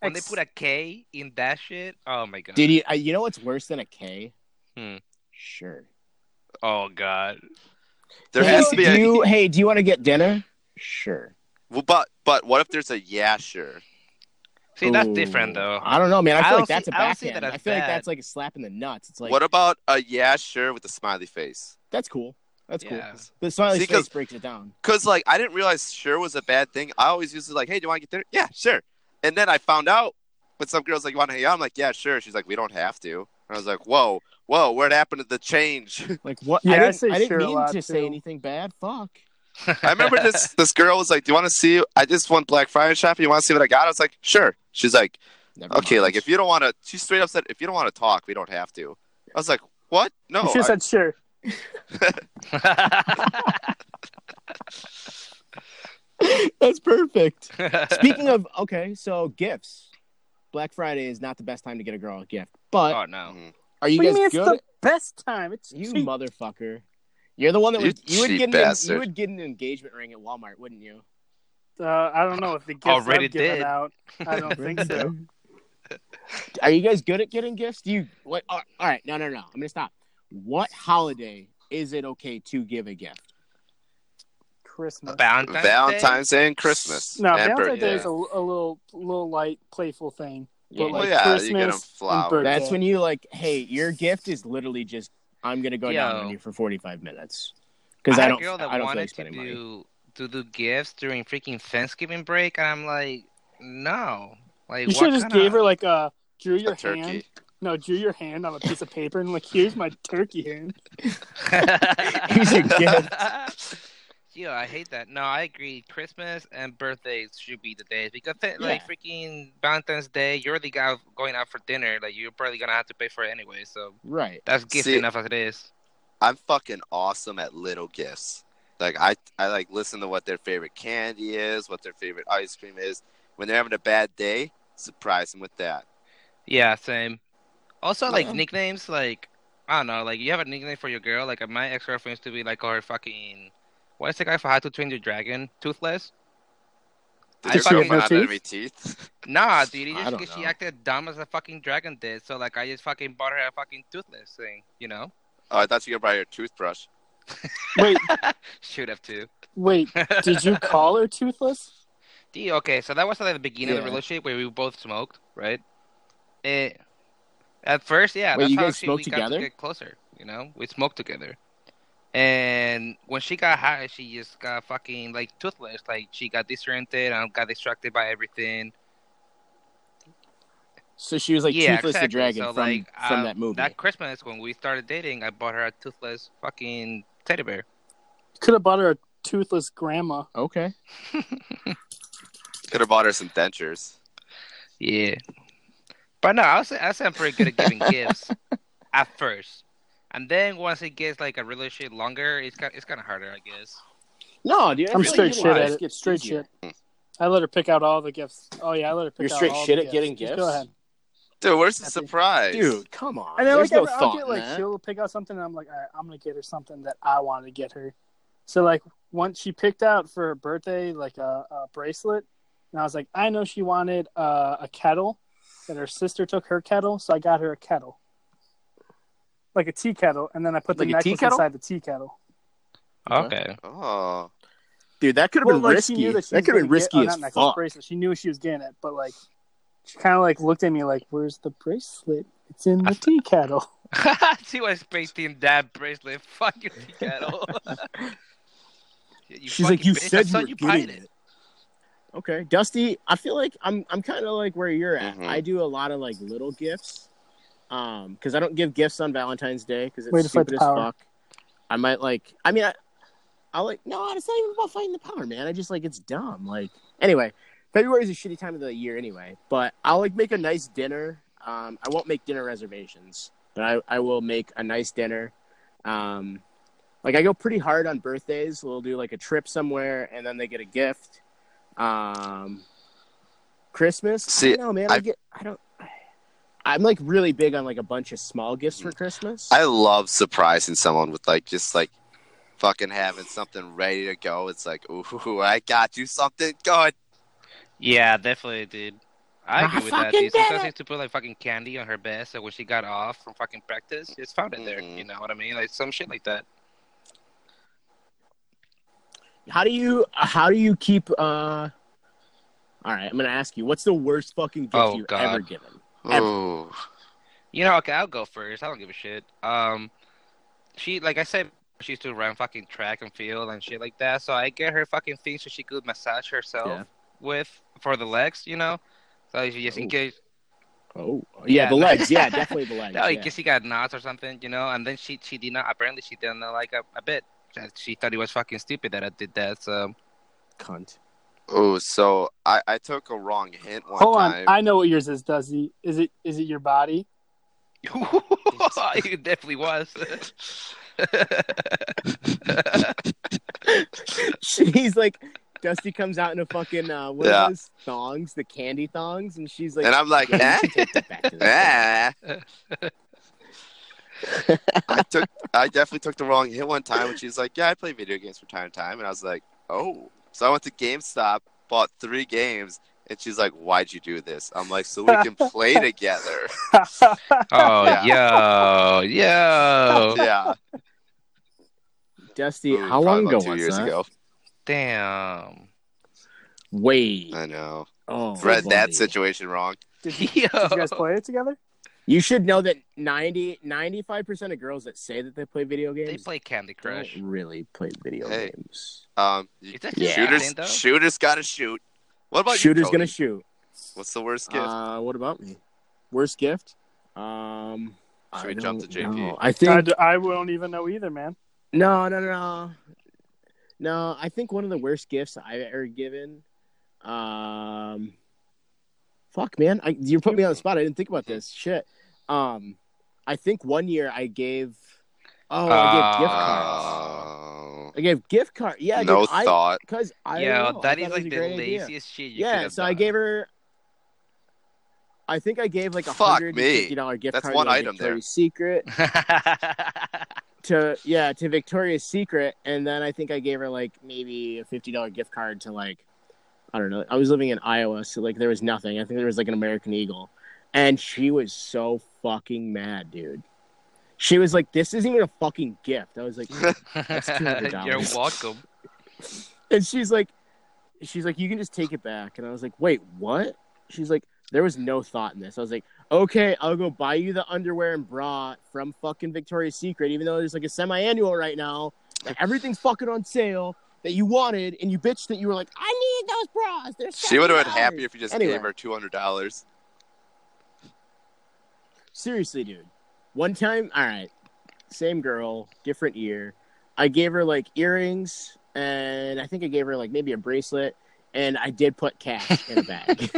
[SPEAKER 4] When
[SPEAKER 3] Ex-
[SPEAKER 4] they put a K in that shit, oh my god!
[SPEAKER 1] uh, Did you? I, you know what's worse than a K?
[SPEAKER 4] Hmm.
[SPEAKER 1] Sure.
[SPEAKER 4] Oh God.
[SPEAKER 2] There
[SPEAKER 1] hey,
[SPEAKER 2] has to be
[SPEAKER 1] do
[SPEAKER 2] a
[SPEAKER 1] you, hey, do you want to get dinner? Sure.
[SPEAKER 2] well, but but what if there's a yeah sure?
[SPEAKER 4] See, that's
[SPEAKER 1] Ooh.
[SPEAKER 4] different though.
[SPEAKER 1] I don't know, man. I feel
[SPEAKER 4] I don't
[SPEAKER 1] like that's
[SPEAKER 4] see-
[SPEAKER 1] a
[SPEAKER 4] I don't
[SPEAKER 1] back
[SPEAKER 4] see
[SPEAKER 1] end.
[SPEAKER 4] that
[SPEAKER 1] I
[SPEAKER 4] as
[SPEAKER 1] feel like
[SPEAKER 4] bad.
[SPEAKER 1] that's like a slap in the nuts. It's like
[SPEAKER 2] what about a yeah sure with a smiley face?
[SPEAKER 1] that's cool. That's cool.
[SPEAKER 4] Yeah.
[SPEAKER 1] The smiley
[SPEAKER 2] See, 'cause-
[SPEAKER 1] face breaks it down.
[SPEAKER 2] Cause like I didn't realize sure was a bad thing. I always used to like, hey, do you want to get dinner? Yeah, sure. And then I found out when some girls like you want to hang out, I'm like, yeah, sure. She's like, we don't have to. And I was like, whoa, whoa, what happened to the change?
[SPEAKER 1] Like what?
[SPEAKER 3] Yeah, I
[SPEAKER 1] I didn't,
[SPEAKER 3] say
[SPEAKER 1] I didn't
[SPEAKER 3] sure a
[SPEAKER 1] mean
[SPEAKER 3] lot,
[SPEAKER 1] to say
[SPEAKER 3] too.
[SPEAKER 1] anything bad. Fuck.
[SPEAKER 2] I remember this this girl was like, "Do you want to see? I just went Black Friday shopping. You want to see what I got?" I was like, "Sure." She's like,
[SPEAKER 1] Never
[SPEAKER 2] "Okay,
[SPEAKER 1] mind.
[SPEAKER 2] like if you don't want to," she straight up said, "If you don't want to talk, we don't have to." I was like, "What? No."
[SPEAKER 4] Oh,
[SPEAKER 3] she
[SPEAKER 2] I-
[SPEAKER 3] said sure.
[SPEAKER 1] that's perfect. Speaking of okay, so gifts. Black Friday is not the best time to get a girl a gift, but
[SPEAKER 4] oh no.
[SPEAKER 1] are you
[SPEAKER 3] what do you mean
[SPEAKER 1] guys
[SPEAKER 3] it's
[SPEAKER 1] good?
[SPEAKER 3] the best time? It's
[SPEAKER 1] You
[SPEAKER 3] cheap.
[SPEAKER 1] motherfucker! You're the one that
[SPEAKER 2] You
[SPEAKER 1] would you would
[SPEAKER 2] cheap
[SPEAKER 1] get an,
[SPEAKER 2] bastard.
[SPEAKER 1] you would get an engagement ring at Walmart, wouldn't you?
[SPEAKER 3] Uh, I don't know if the gifts
[SPEAKER 4] Already
[SPEAKER 3] I've given
[SPEAKER 4] did.
[SPEAKER 3] out. I don't think so.
[SPEAKER 1] Are you guys good at getting gifts? Do you what? all all right, no, no, no. I'm gonna stop. What holiday is it okay to give a gift?
[SPEAKER 3] Christmas.
[SPEAKER 4] Valentine's. Day?
[SPEAKER 2] Valentine's Day and Christmas.
[SPEAKER 3] No,
[SPEAKER 2] and
[SPEAKER 3] Valentine's
[SPEAKER 2] birthday.
[SPEAKER 3] Day is a, a little, little light, playful thing. But
[SPEAKER 1] Yeah.
[SPEAKER 2] Well,
[SPEAKER 3] like
[SPEAKER 2] yeah, you get
[SPEAKER 3] Christmas
[SPEAKER 2] them
[SPEAKER 3] and
[SPEAKER 2] flowers.
[SPEAKER 3] birthday.
[SPEAKER 1] That's when you like, hey, your gift is literally just I'm gonna go down
[SPEAKER 4] Yo.
[SPEAKER 1] on you for 45 minutes because I
[SPEAKER 4] had a
[SPEAKER 1] don't
[SPEAKER 4] girl that
[SPEAKER 1] I don't feel like
[SPEAKER 4] wanted
[SPEAKER 1] spending
[SPEAKER 4] to
[SPEAKER 1] money.
[SPEAKER 4] do to do gifts during freaking Thanksgiving break, and I'm like, no. Like
[SPEAKER 3] you
[SPEAKER 4] what
[SPEAKER 3] should just
[SPEAKER 4] kinda-
[SPEAKER 3] gave her like a drew
[SPEAKER 2] A
[SPEAKER 3] your
[SPEAKER 2] turkey.
[SPEAKER 3] hand. No, drew your hand on a piece of paper and like here's my turkey hand.
[SPEAKER 1] Here's your gift.
[SPEAKER 4] Yeah, I hate that. No, I agree. Christmas and birthdays should be the days because, th- like, freaking Valentine's Day, you're the guy going out for dinner. Like, you're probably gonna have to pay for it anyway. So
[SPEAKER 1] Right.
[SPEAKER 4] that's gift
[SPEAKER 2] See-
[SPEAKER 4] enough as it is.
[SPEAKER 2] I'm fucking awesome at little gifts. Like I, I like listen to what their favorite candy is, what their favorite ice cream is. When they're having a bad day, surprise them with that.
[SPEAKER 4] Yeah, same. Also, like
[SPEAKER 1] Yeah.
[SPEAKER 4] nicknames, like I don't know, like you have a nickname for your girl. Like my ex girlfriend used to be like, her fucking, what is the guy for How to Train Your Dragon? Toothless?
[SPEAKER 2] Did
[SPEAKER 4] I
[SPEAKER 2] your
[SPEAKER 4] fucking-
[SPEAKER 2] girlfriend not have any teeth?
[SPEAKER 4] Nah, dude,
[SPEAKER 1] I
[SPEAKER 4] it just,
[SPEAKER 1] don't
[SPEAKER 4] she
[SPEAKER 1] know.
[SPEAKER 4] acted dumb as a fucking dragon did. So like, I just fucking bought her a fucking toothless thing, you know?
[SPEAKER 2] oh, I thought you could buy her toothbrush.
[SPEAKER 3] Wait,
[SPEAKER 4] Should have too.
[SPEAKER 3] wait. Did you call her toothless?
[SPEAKER 4] Dude, okay, so that was like the beginning of the
[SPEAKER 1] Yeah.
[SPEAKER 4] relationship where we both smoked, right? It, at first, yeah,
[SPEAKER 1] Wait,
[SPEAKER 4] that's
[SPEAKER 1] you
[SPEAKER 4] how
[SPEAKER 1] guys
[SPEAKER 4] she,
[SPEAKER 1] smoked
[SPEAKER 4] we got
[SPEAKER 1] together?
[SPEAKER 4] to get closer. You know, we smoked together, and when she got high, she just got fucking like toothless. Like she got disoriented and got distracted by everything.
[SPEAKER 1] So she was like
[SPEAKER 4] yeah,
[SPEAKER 1] Toothless
[SPEAKER 4] exactly.
[SPEAKER 1] the Dragon
[SPEAKER 4] so,
[SPEAKER 1] from,
[SPEAKER 4] like,
[SPEAKER 1] from
[SPEAKER 4] uh,
[SPEAKER 1] that movie.
[SPEAKER 4] That Christmas when we started dating, I bought her a toothless fucking teddy bear.
[SPEAKER 3] Could have bought her a toothless grandma.
[SPEAKER 1] Okay.
[SPEAKER 2] Could have bought her some dentures.
[SPEAKER 4] Yeah. But no, I was, I was I'm pretty good at giving gifts at first. And then once it gets like a relationship longer, it's kind, it's kind of harder, I guess.
[SPEAKER 1] No, dude. I
[SPEAKER 3] I'm
[SPEAKER 1] feel
[SPEAKER 3] straight
[SPEAKER 1] like
[SPEAKER 3] shit
[SPEAKER 1] you
[SPEAKER 3] at
[SPEAKER 1] guys
[SPEAKER 3] it.
[SPEAKER 1] get
[SPEAKER 3] Straight
[SPEAKER 1] easier.
[SPEAKER 3] shit. I let her pick out all the gifts. Oh yeah, I let her pick
[SPEAKER 1] You're
[SPEAKER 3] out
[SPEAKER 1] straight
[SPEAKER 3] all
[SPEAKER 1] shit
[SPEAKER 3] the
[SPEAKER 1] at getting
[SPEAKER 3] Just
[SPEAKER 1] gifts?
[SPEAKER 3] Go ahead.
[SPEAKER 2] Dude, where's the
[SPEAKER 3] Happy.
[SPEAKER 2] surprise?
[SPEAKER 1] Dude, come on.
[SPEAKER 3] And then
[SPEAKER 1] There's
[SPEAKER 3] like
[SPEAKER 1] no
[SPEAKER 3] every- I'll
[SPEAKER 1] thought
[SPEAKER 3] get
[SPEAKER 1] in
[SPEAKER 3] like
[SPEAKER 1] that.
[SPEAKER 3] she'll pick out something and I'm like, all right, I'm gonna get her something that I want to get her. So like once she picked out for her birthday like a, a bracelet, and I was like, I know she wanted uh, a kettle, and her sister took her kettle, so I got her a kettle, like a tea kettle, and then I put the
[SPEAKER 1] Like a tea
[SPEAKER 3] necklace
[SPEAKER 1] kettle?
[SPEAKER 3] inside the tea kettle.
[SPEAKER 1] Okay.
[SPEAKER 2] Oh,
[SPEAKER 1] Dude, that could have
[SPEAKER 3] Well,
[SPEAKER 1] been
[SPEAKER 3] like, she
[SPEAKER 1] risky.
[SPEAKER 3] knew
[SPEAKER 1] That,
[SPEAKER 3] she
[SPEAKER 1] could have
[SPEAKER 3] was
[SPEAKER 1] been
[SPEAKER 3] gonna get-
[SPEAKER 1] risky
[SPEAKER 3] oh,
[SPEAKER 1] as
[SPEAKER 3] not necklace,
[SPEAKER 1] fuck.
[SPEAKER 3] bracelet. She knew she was getting it, but like she kind of like looked at me like, "Where's the bracelet? It's in the tea kettle."
[SPEAKER 4] she was painting that bracelet. Fuck you, Kettle. you
[SPEAKER 1] She's like,
[SPEAKER 4] fucking
[SPEAKER 1] you
[SPEAKER 4] bitch. I
[SPEAKER 1] said
[SPEAKER 4] saw
[SPEAKER 1] you were
[SPEAKER 4] buying
[SPEAKER 1] getting it. Okay, Dusty. I feel like I'm I'm kind of like where you're at.
[SPEAKER 2] Mhm.
[SPEAKER 1] I do a lot of like little gifts, um, because I don't give gifts on Valentine's Day because it's
[SPEAKER 3] Way to fight
[SPEAKER 1] stupid
[SPEAKER 3] the
[SPEAKER 1] as
[SPEAKER 3] power.
[SPEAKER 1] fuck. I might like. I mean, I, I like. No, it's not even about fighting the power, man. I just like it's dumb. Like anyway, February is a shitty time of the year anyway. But I'll like make a nice dinner. Um, I won't make dinner reservations, but I I will make a nice dinner. Um, like I go pretty hard on birthdays. We'll do like a trip somewhere, and then they get a gift. Um, Christmas.
[SPEAKER 2] See,
[SPEAKER 1] I don't know, man. I,
[SPEAKER 2] I-
[SPEAKER 1] get. I don't. I'm like really big on like a bunch of small gifts for Christmas.
[SPEAKER 2] I love surprising someone with like just like fucking having something ready to go. It's like, ooh, I got you something good.
[SPEAKER 4] Yeah, definitely, dude.
[SPEAKER 5] I
[SPEAKER 4] I agree with that.
[SPEAKER 5] fucking
[SPEAKER 4] Dude. Sometimes
[SPEAKER 5] did
[SPEAKER 4] she used to put like fucking candy on her bed, so when she got off from fucking practice, she just found it there.
[SPEAKER 2] Mhm.
[SPEAKER 4] You know what I mean? Like some shit like that.
[SPEAKER 1] How do you how do you keep? uh All right, I'm gonna ask you. What's the worst fucking gift
[SPEAKER 4] Oh,
[SPEAKER 1] you've
[SPEAKER 4] God.
[SPEAKER 1] ever given?
[SPEAKER 2] Ooh.
[SPEAKER 4] You know, okay, I'll go first. I don't give a shit. Um, she like I said, she used to run fucking track and field and shit like that. So I get her fucking things so she could massage herself
[SPEAKER 1] Yeah.
[SPEAKER 4] with for the legs. You know, so she just
[SPEAKER 1] Ooh.
[SPEAKER 4] in case
[SPEAKER 1] Oh, yeah,
[SPEAKER 4] Yeah,
[SPEAKER 1] the
[SPEAKER 4] no.
[SPEAKER 1] legs. Yeah, definitely the legs.
[SPEAKER 4] No, in
[SPEAKER 1] yeah.
[SPEAKER 4] case he got knots or something, you know. And then she she did not. Apparently, she didn't like a, a bit. That She thought it was fucking stupid that I did that. So
[SPEAKER 1] Cunt.
[SPEAKER 2] Ooh, so I, I took a wrong hint one
[SPEAKER 3] Hold
[SPEAKER 2] time.
[SPEAKER 3] on, I know what yours is, Dusty. Is it is it your body?
[SPEAKER 4] it definitely was.
[SPEAKER 1] She's like, Dusty comes out in a fucking uh, what are
[SPEAKER 2] Yeah.
[SPEAKER 1] those thongs, the candy thongs, and she's like,
[SPEAKER 2] and I'm like,
[SPEAKER 1] "Yeah,
[SPEAKER 2] eh?
[SPEAKER 1] you should take that back to the
[SPEAKER 2] eh. I took I definitely took the wrong hit one time and she's like, Yeah, I play video games from time to time and I was like, Oh. So I went to GameStop, bought three games, and she's like, Why'd you do this? I'm like, So we can play together.
[SPEAKER 4] oh yo
[SPEAKER 1] Oh.
[SPEAKER 4] yo!
[SPEAKER 2] yeah.
[SPEAKER 1] Dusty,
[SPEAKER 2] Ooh,
[SPEAKER 1] how
[SPEAKER 2] probably
[SPEAKER 1] long
[SPEAKER 2] about
[SPEAKER 1] ago
[SPEAKER 2] two
[SPEAKER 1] was
[SPEAKER 2] years
[SPEAKER 1] that?
[SPEAKER 2] ago.
[SPEAKER 4] Damn.
[SPEAKER 1] Way.
[SPEAKER 2] I know.
[SPEAKER 1] Oh,
[SPEAKER 2] Read
[SPEAKER 1] buddy.
[SPEAKER 2] Uh, that situation wrong.
[SPEAKER 3] Did you,
[SPEAKER 4] Yo.
[SPEAKER 3] did you guys play it together?
[SPEAKER 1] You should know that 90, 95% of girls that say that they play video games
[SPEAKER 4] They play Candy Crush.
[SPEAKER 1] don't really play video
[SPEAKER 2] Hey.
[SPEAKER 1] games.
[SPEAKER 2] Um you-
[SPEAKER 4] Is that
[SPEAKER 1] Yeah.
[SPEAKER 4] yeah.
[SPEAKER 2] shooters shooters gotta shoot. What about you,
[SPEAKER 1] Shooter's
[SPEAKER 2] Cody?
[SPEAKER 1] gonna shoot.
[SPEAKER 2] What's the worst gift?
[SPEAKER 1] Uh, what about me? Worst gift? Um,
[SPEAKER 2] Should
[SPEAKER 1] I
[SPEAKER 2] we jump
[SPEAKER 1] don't
[SPEAKER 2] to JP?
[SPEAKER 1] know. I
[SPEAKER 3] I,
[SPEAKER 1] think
[SPEAKER 3] d- I don't even know either, man.
[SPEAKER 1] no, no, no, no, no. I think one of the worst gifts I've ever given. Um, fuck, man, I, you put me on the spot. I didn't think about this. Shit. Um, I think one year I gave. Oh, I gave gift cards.
[SPEAKER 2] Oh.
[SPEAKER 1] I gave gift card. Yeah,
[SPEAKER 2] Uh, no
[SPEAKER 1] dude, I,
[SPEAKER 2] thought.
[SPEAKER 1] Cause I don't know.
[SPEAKER 4] Yo,
[SPEAKER 1] I
[SPEAKER 4] that
[SPEAKER 1] thought it
[SPEAKER 4] is
[SPEAKER 1] was
[SPEAKER 4] like
[SPEAKER 1] a
[SPEAKER 4] the
[SPEAKER 1] great idea.
[SPEAKER 4] laziest shit you could
[SPEAKER 1] yeah,
[SPEAKER 4] have
[SPEAKER 1] so I
[SPEAKER 4] done.
[SPEAKER 1] gave her. I think I gave like a
[SPEAKER 2] Fuck
[SPEAKER 1] hundred
[SPEAKER 2] me.
[SPEAKER 1] fifty dollar gift
[SPEAKER 2] That's
[SPEAKER 1] card
[SPEAKER 2] one
[SPEAKER 1] to like,
[SPEAKER 2] item there.
[SPEAKER 1] Victoria's Secret to yeah to Victoria's Secret, and then I think I gave her like maybe a fifty dollar gift card to like I don't know. I was living in Iowa, so like there was nothing. I think there was like an American Eagle, and she was so fucking mad, dude. She was like, "This isn't even a fucking gift." I was like, $200.
[SPEAKER 4] You're welcome.
[SPEAKER 1] and she's like she's like you can just take it back and i was like wait what she's like there was no thought in this i was like okay i'll go buy you the underwear and bra from fucking victoria's secret even though there's like a semi-annual right now that everything's fucking on sale that you wanted and you bitched that you were like i need those bras they're
[SPEAKER 2] She would have been
[SPEAKER 1] $70."
[SPEAKER 2] happy if you just
[SPEAKER 1] Anyway.
[SPEAKER 2] gave her two hundred dollars.
[SPEAKER 1] seriously dude one time all right same girl different year i gave her like earrings and i think i gave her like maybe a bracelet and i did put cash in a bag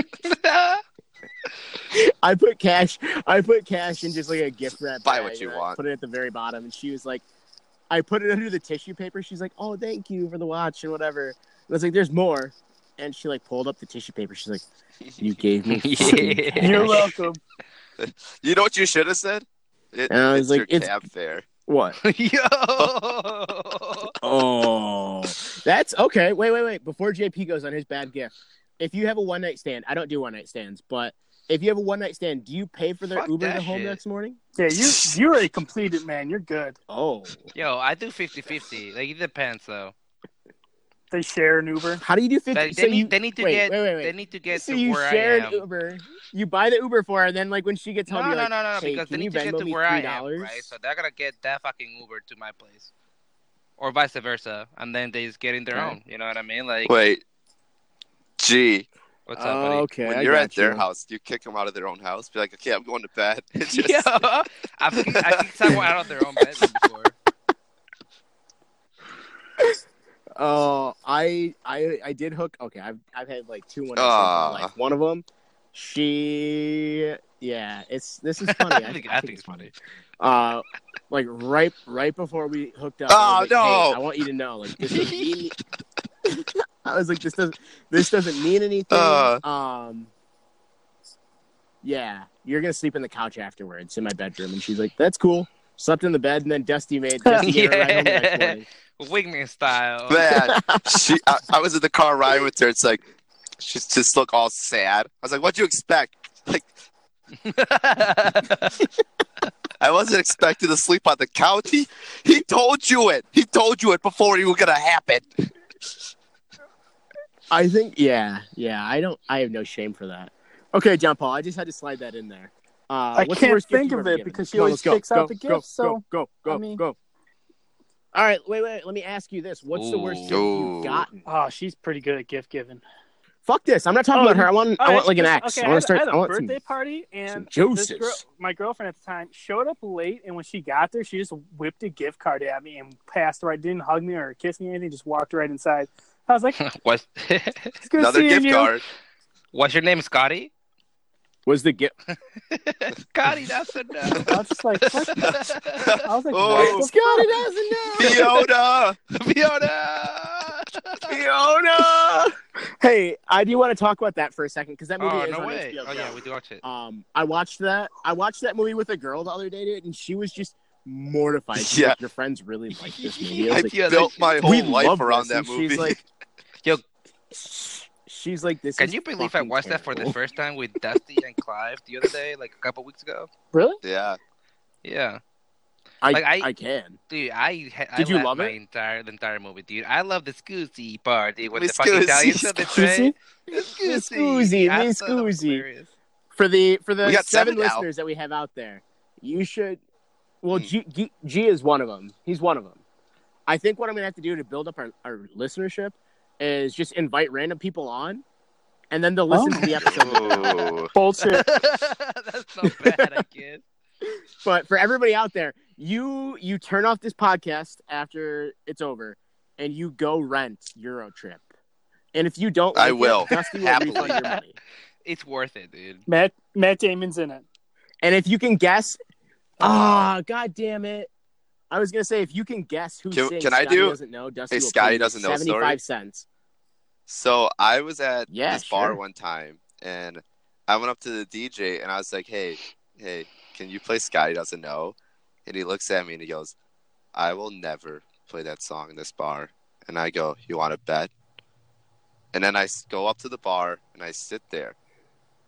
[SPEAKER 1] I put cash. I put cash in just like a gift wrap.
[SPEAKER 2] Buy
[SPEAKER 1] bag,
[SPEAKER 2] what you
[SPEAKER 1] and I
[SPEAKER 2] want.
[SPEAKER 1] Put it at the very bottom, and she was like, "I put it under the tissue paper." She's like, "Oh, thank you for the watch and whatever." And I was like, "There's more," and she like pulled up the tissue paper. She's like, "You gave me." fucking
[SPEAKER 4] Yeah.
[SPEAKER 1] cash."
[SPEAKER 3] You're welcome.
[SPEAKER 2] You know what you should have said? It,
[SPEAKER 1] And I was
[SPEAKER 2] it's
[SPEAKER 1] like,
[SPEAKER 2] your
[SPEAKER 1] it's-
[SPEAKER 2] cab fare.
[SPEAKER 1] What?
[SPEAKER 4] Yo.
[SPEAKER 1] Oh, that's okay. Wait, wait, wait. Before JP goes on his bad gift, if you have a one night stand, I don't do one night stands, but if you have a one night stand, do you pay for their
[SPEAKER 4] Fuck
[SPEAKER 1] Uber
[SPEAKER 4] that
[SPEAKER 1] to home
[SPEAKER 4] shit.
[SPEAKER 1] next morning?
[SPEAKER 3] Yeah, you you already completed, man. You're good.
[SPEAKER 1] Oh,
[SPEAKER 4] Yo, I do 50-50. Like it depends though.
[SPEAKER 3] They share an Uber.
[SPEAKER 1] how do you do fifty?
[SPEAKER 4] Like, they,
[SPEAKER 1] so
[SPEAKER 4] need,
[SPEAKER 1] you,
[SPEAKER 4] they need to
[SPEAKER 1] wait,
[SPEAKER 4] get
[SPEAKER 1] wait, wait, wait.
[SPEAKER 4] they need to get
[SPEAKER 1] so
[SPEAKER 4] to
[SPEAKER 1] you
[SPEAKER 4] where
[SPEAKER 1] share
[SPEAKER 4] I am.
[SPEAKER 1] an Uber. You buy the Uber for her, and then like when she gets
[SPEAKER 4] No,
[SPEAKER 1] home, you're
[SPEAKER 4] no,
[SPEAKER 1] like,
[SPEAKER 4] no, no,
[SPEAKER 1] "Hey,
[SPEAKER 4] because they
[SPEAKER 1] can you
[SPEAKER 4] need to get
[SPEAKER 1] Venmo
[SPEAKER 4] to
[SPEAKER 1] me
[SPEAKER 4] where I
[SPEAKER 1] three
[SPEAKER 4] am,
[SPEAKER 1] dollars?"
[SPEAKER 4] right? So they're gonna get that fucking Uber to my place, or vice versa, and then they just get in their
[SPEAKER 1] Okay.
[SPEAKER 4] own. You know what I mean? Like,
[SPEAKER 2] Wait. Gee,
[SPEAKER 4] what's up, buddy?
[SPEAKER 1] okay,
[SPEAKER 2] when
[SPEAKER 1] I
[SPEAKER 2] you're
[SPEAKER 1] got
[SPEAKER 2] at their
[SPEAKER 1] you.
[SPEAKER 2] house, do you kick them out of their own house? Be like, okay, I'm going to bed.
[SPEAKER 1] Oh,
[SPEAKER 2] It's just,
[SPEAKER 4] Yo, I think I think someone out of their own bedroom before.
[SPEAKER 1] Oh, I, I, I did hook. Okay, I've, I've had like two one.
[SPEAKER 2] Aw.
[SPEAKER 1] Like one of them, she, yeah, it's this is funny.
[SPEAKER 4] I, think, I think it's funny.
[SPEAKER 1] Uh, like right, right before we hooked up.
[SPEAKER 2] Oh,
[SPEAKER 1] I was like,
[SPEAKER 2] no.
[SPEAKER 1] "Hey, I want you to know, like this doesn't mean. I was like, this doesn't, this doesn't mean anything.
[SPEAKER 2] Uh.
[SPEAKER 1] Um, yeah, you're gonna sleep in the couch afterwards in my bedroom, and she's like, that's cool. Slept in the bed, and then Dusty made Dusty yeah. her ride home the next morning.
[SPEAKER 4] Wigman style.
[SPEAKER 2] Man, she, I, I was in the car riding with her. It's like, She just looked all sad. I was like, "What'd you expect?" Like, I wasn't expecting to sleep on the couch. He, he told you it. He told you it before it was gonna happen.
[SPEAKER 1] I think yeah, yeah. I don't. I have no shame for that. Okay, John Paul. I just had to slide that in there. Uh,
[SPEAKER 3] I
[SPEAKER 1] what's the
[SPEAKER 3] can't
[SPEAKER 1] worst gift
[SPEAKER 3] think
[SPEAKER 1] you've
[SPEAKER 3] of
[SPEAKER 1] ever
[SPEAKER 3] it
[SPEAKER 1] given?
[SPEAKER 3] because she
[SPEAKER 1] Come on,
[SPEAKER 3] always
[SPEAKER 1] let's go,
[SPEAKER 3] picks out
[SPEAKER 1] go,
[SPEAKER 3] the
[SPEAKER 1] go,
[SPEAKER 3] gifts,
[SPEAKER 1] Go,
[SPEAKER 3] so,
[SPEAKER 1] go, go,
[SPEAKER 3] I mean-
[SPEAKER 1] go. All right, wait, wait. Let me ask you this: What's the worst gift
[SPEAKER 2] Ooh.
[SPEAKER 1] you've gotten?
[SPEAKER 3] Oh, she's pretty good at gift giving.
[SPEAKER 1] Fuck this! I'm not talking
[SPEAKER 3] Oh,
[SPEAKER 1] about her. I want, I
[SPEAKER 3] All
[SPEAKER 1] want
[SPEAKER 3] right,
[SPEAKER 1] like an
[SPEAKER 3] this-
[SPEAKER 1] axe.
[SPEAKER 3] Okay,
[SPEAKER 1] I want
[SPEAKER 3] had-
[SPEAKER 1] to start.
[SPEAKER 3] had a
[SPEAKER 1] I want
[SPEAKER 3] birthday
[SPEAKER 1] some,
[SPEAKER 3] party,
[SPEAKER 1] some
[SPEAKER 3] and this
[SPEAKER 1] juices.
[SPEAKER 3] girl, my girlfriend at the time, showed up late, and when she got there, she just whipped a gift card at me and passed right. Didn't hug me or kiss me or anything. Just walked right inside. I was like,
[SPEAKER 4] What's
[SPEAKER 3] "It's good
[SPEAKER 2] Another
[SPEAKER 3] seeing
[SPEAKER 2] gift
[SPEAKER 3] you."
[SPEAKER 2] card.
[SPEAKER 4] What's your name, Scotty?
[SPEAKER 1] Was the gift?
[SPEAKER 4] Scotty, that's a
[SPEAKER 3] I was just like, what? I was like,
[SPEAKER 2] Oh.
[SPEAKER 3] what the
[SPEAKER 1] Scotty
[SPEAKER 3] fuck?
[SPEAKER 1] doesn't know.
[SPEAKER 2] Fiona.
[SPEAKER 4] Fiona. oh,
[SPEAKER 1] Fiona. Hey, I do want to talk about that for a second because that movie
[SPEAKER 4] oh
[SPEAKER 1] is
[SPEAKER 4] no
[SPEAKER 1] on
[SPEAKER 4] way!
[SPEAKER 1] HBO.
[SPEAKER 4] Oh yeah,
[SPEAKER 1] Go.
[SPEAKER 4] we do watch it.
[SPEAKER 1] Um, I watched that. I watched that movie with a girl the other day, dude, and she was just mortified. She's
[SPEAKER 2] Yeah.
[SPEAKER 1] like, your friends really like this movie. I
[SPEAKER 4] I
[SPEAKER 1] was like,
[SPEAKER 4] feel
[SPEAKER 2] Built
[SPEAKER 4] like-
[SPEAKER 2] my
[SPEAKER 1] we
[SPEAKER 2] whole life
[SPEAKER 1] love
[SPEAKER 2] around
[SPEAKER 1] this.
[SPEAKER 2] that
[SPEAKER 1] And
[SPEAKER 2] movie.
[SPEAKER 1] She's like,
[SPEAKER 4] Yo.
[SPEAKER 1] she's like this.
[SPEAKER 4] Can
[SPEAKER 1] is
[SPEAKER 4] you believe I
[SPEAKER 1] fucking
[SPEAKER 4] watched that for the
[SPEAKER 1] terrible.
[SPEAKER 4] first time with Dusty and Clive the other day, like a couple weeks ago?
[SPEAKER 3] Really?
[SPEAKER 2] yeah.
[SPEAKER 4] Yeah,
[SPEAKER 1] I,
[SPEAKER 4] Like, I-
[SPEAKER 1] I can.
[SPEAKER 4] dude, I ha- I
[SPEAKER 1] Did you
[SPEAKER 4] laughed
[SPEAKER 1] love
[SPEAKER 4] my
[SPEAKER 1] it?
[SPEAKER 4] entire the entire movie, dude. I love the Scoozy part, dude, when
[SPEAKER 2] The
[SPEAKER 4] the fucking
[SPEAKER 2] Scoozy,
[SPEAKER 4] Italians on the train. The
[SPEAKER 1] Scoozy,
[SPEAKER 4] I
[SPEAKER 1] the
[SPEAKER 4] thought that was
[SPEAKER 1] Scoozy.
[SPEAKER 4] hilarious.
[SPEAKER 1] For the for the
[SPEAKER 2] We got
[SPEAKER 1] seven,
[SPEAKER 2] seven now.
[SPEAKER 1] listeners that we have out there, you should. Well,
[SPEAKER 2] Hmm.
[SPEAKER 1] G, G G is one of them. He's one of them. I think what I'm gonna have to do to build up our, our listenership is just invite random people on, and then they'll listen
[SPEAKER 3] Oh.
[SPEAKER 1] to the episode.
[SPEAKER 2] Ooh.
[SPEAKER 3] Bullshit.
[SPEAKER 4] That's not bad, I guess.
[SPEAKER 1] but for everybody out there, you you turn off this podcast after it's over, and you go rent Eurotrip. And if you don't, like
[SPEAKER 2] I
[SPEAKER 1] it,
[SPEAKER 2] will.
[SPEAKER 1] Dusty will
[SPEAKER 2] Happily.
[SPEAKER 1] refund your money.
[SPEAKER 4] It's worth it, dude.
[SPEAKER 3] Matt Matt Damon's in it.
[SPEAKER 1] And if you can guess, ah, god damn it! I was gonna say if you can guess who
[SPEAKER 2] Can-
[SPEAKER 1] sings,
[SPEAKER 2] can I
[SPEAKER 1] Scotty
[SPEAKER 2] do-
[SPEAKER 1] Doesn't know. Dusty
[SPEAKER 2] Hey,
[SPEAKER 1] will
[SPEAKER 2] Scotty
[SPEAKER 1] pay you
[SPEAKER 2] doesn't know, sorry.
[SPEAKER 1] Seventy-five cents.
[SPEAKER 2] So I was at
[SPEAKER 1] Yeah,
[SPEAKER 2] this bar
[SPEAKER 1] sure.
[SPEAKER 2] one time, and I went up to the DJ and I was like, "Hey, hey, can you play Scotty Doesn't Know?" And he looks at me and he goes, "I will never play that song in this bar." And I go, "You want to bet?" And then I s- go up to the bar and I sit there,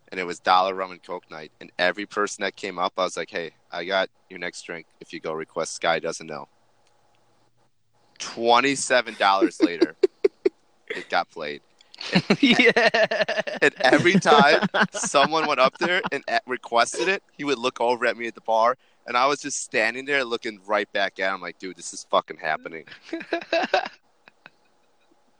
[SPEAKER 2] and it was Dollar Rum and Coke night. And every person that came up, I was like, "Hey, I got your next drink if you go request Scotty Doesn't Know." Twenty-seven dollars later, it got played.
[SPEAKER 4] yeah.
[SPEAKER 2] And every time someone went up there and a- requested it, he would look over at me at the bar, and I was just standing there looking right back at him, like, dude, this is fucking happening.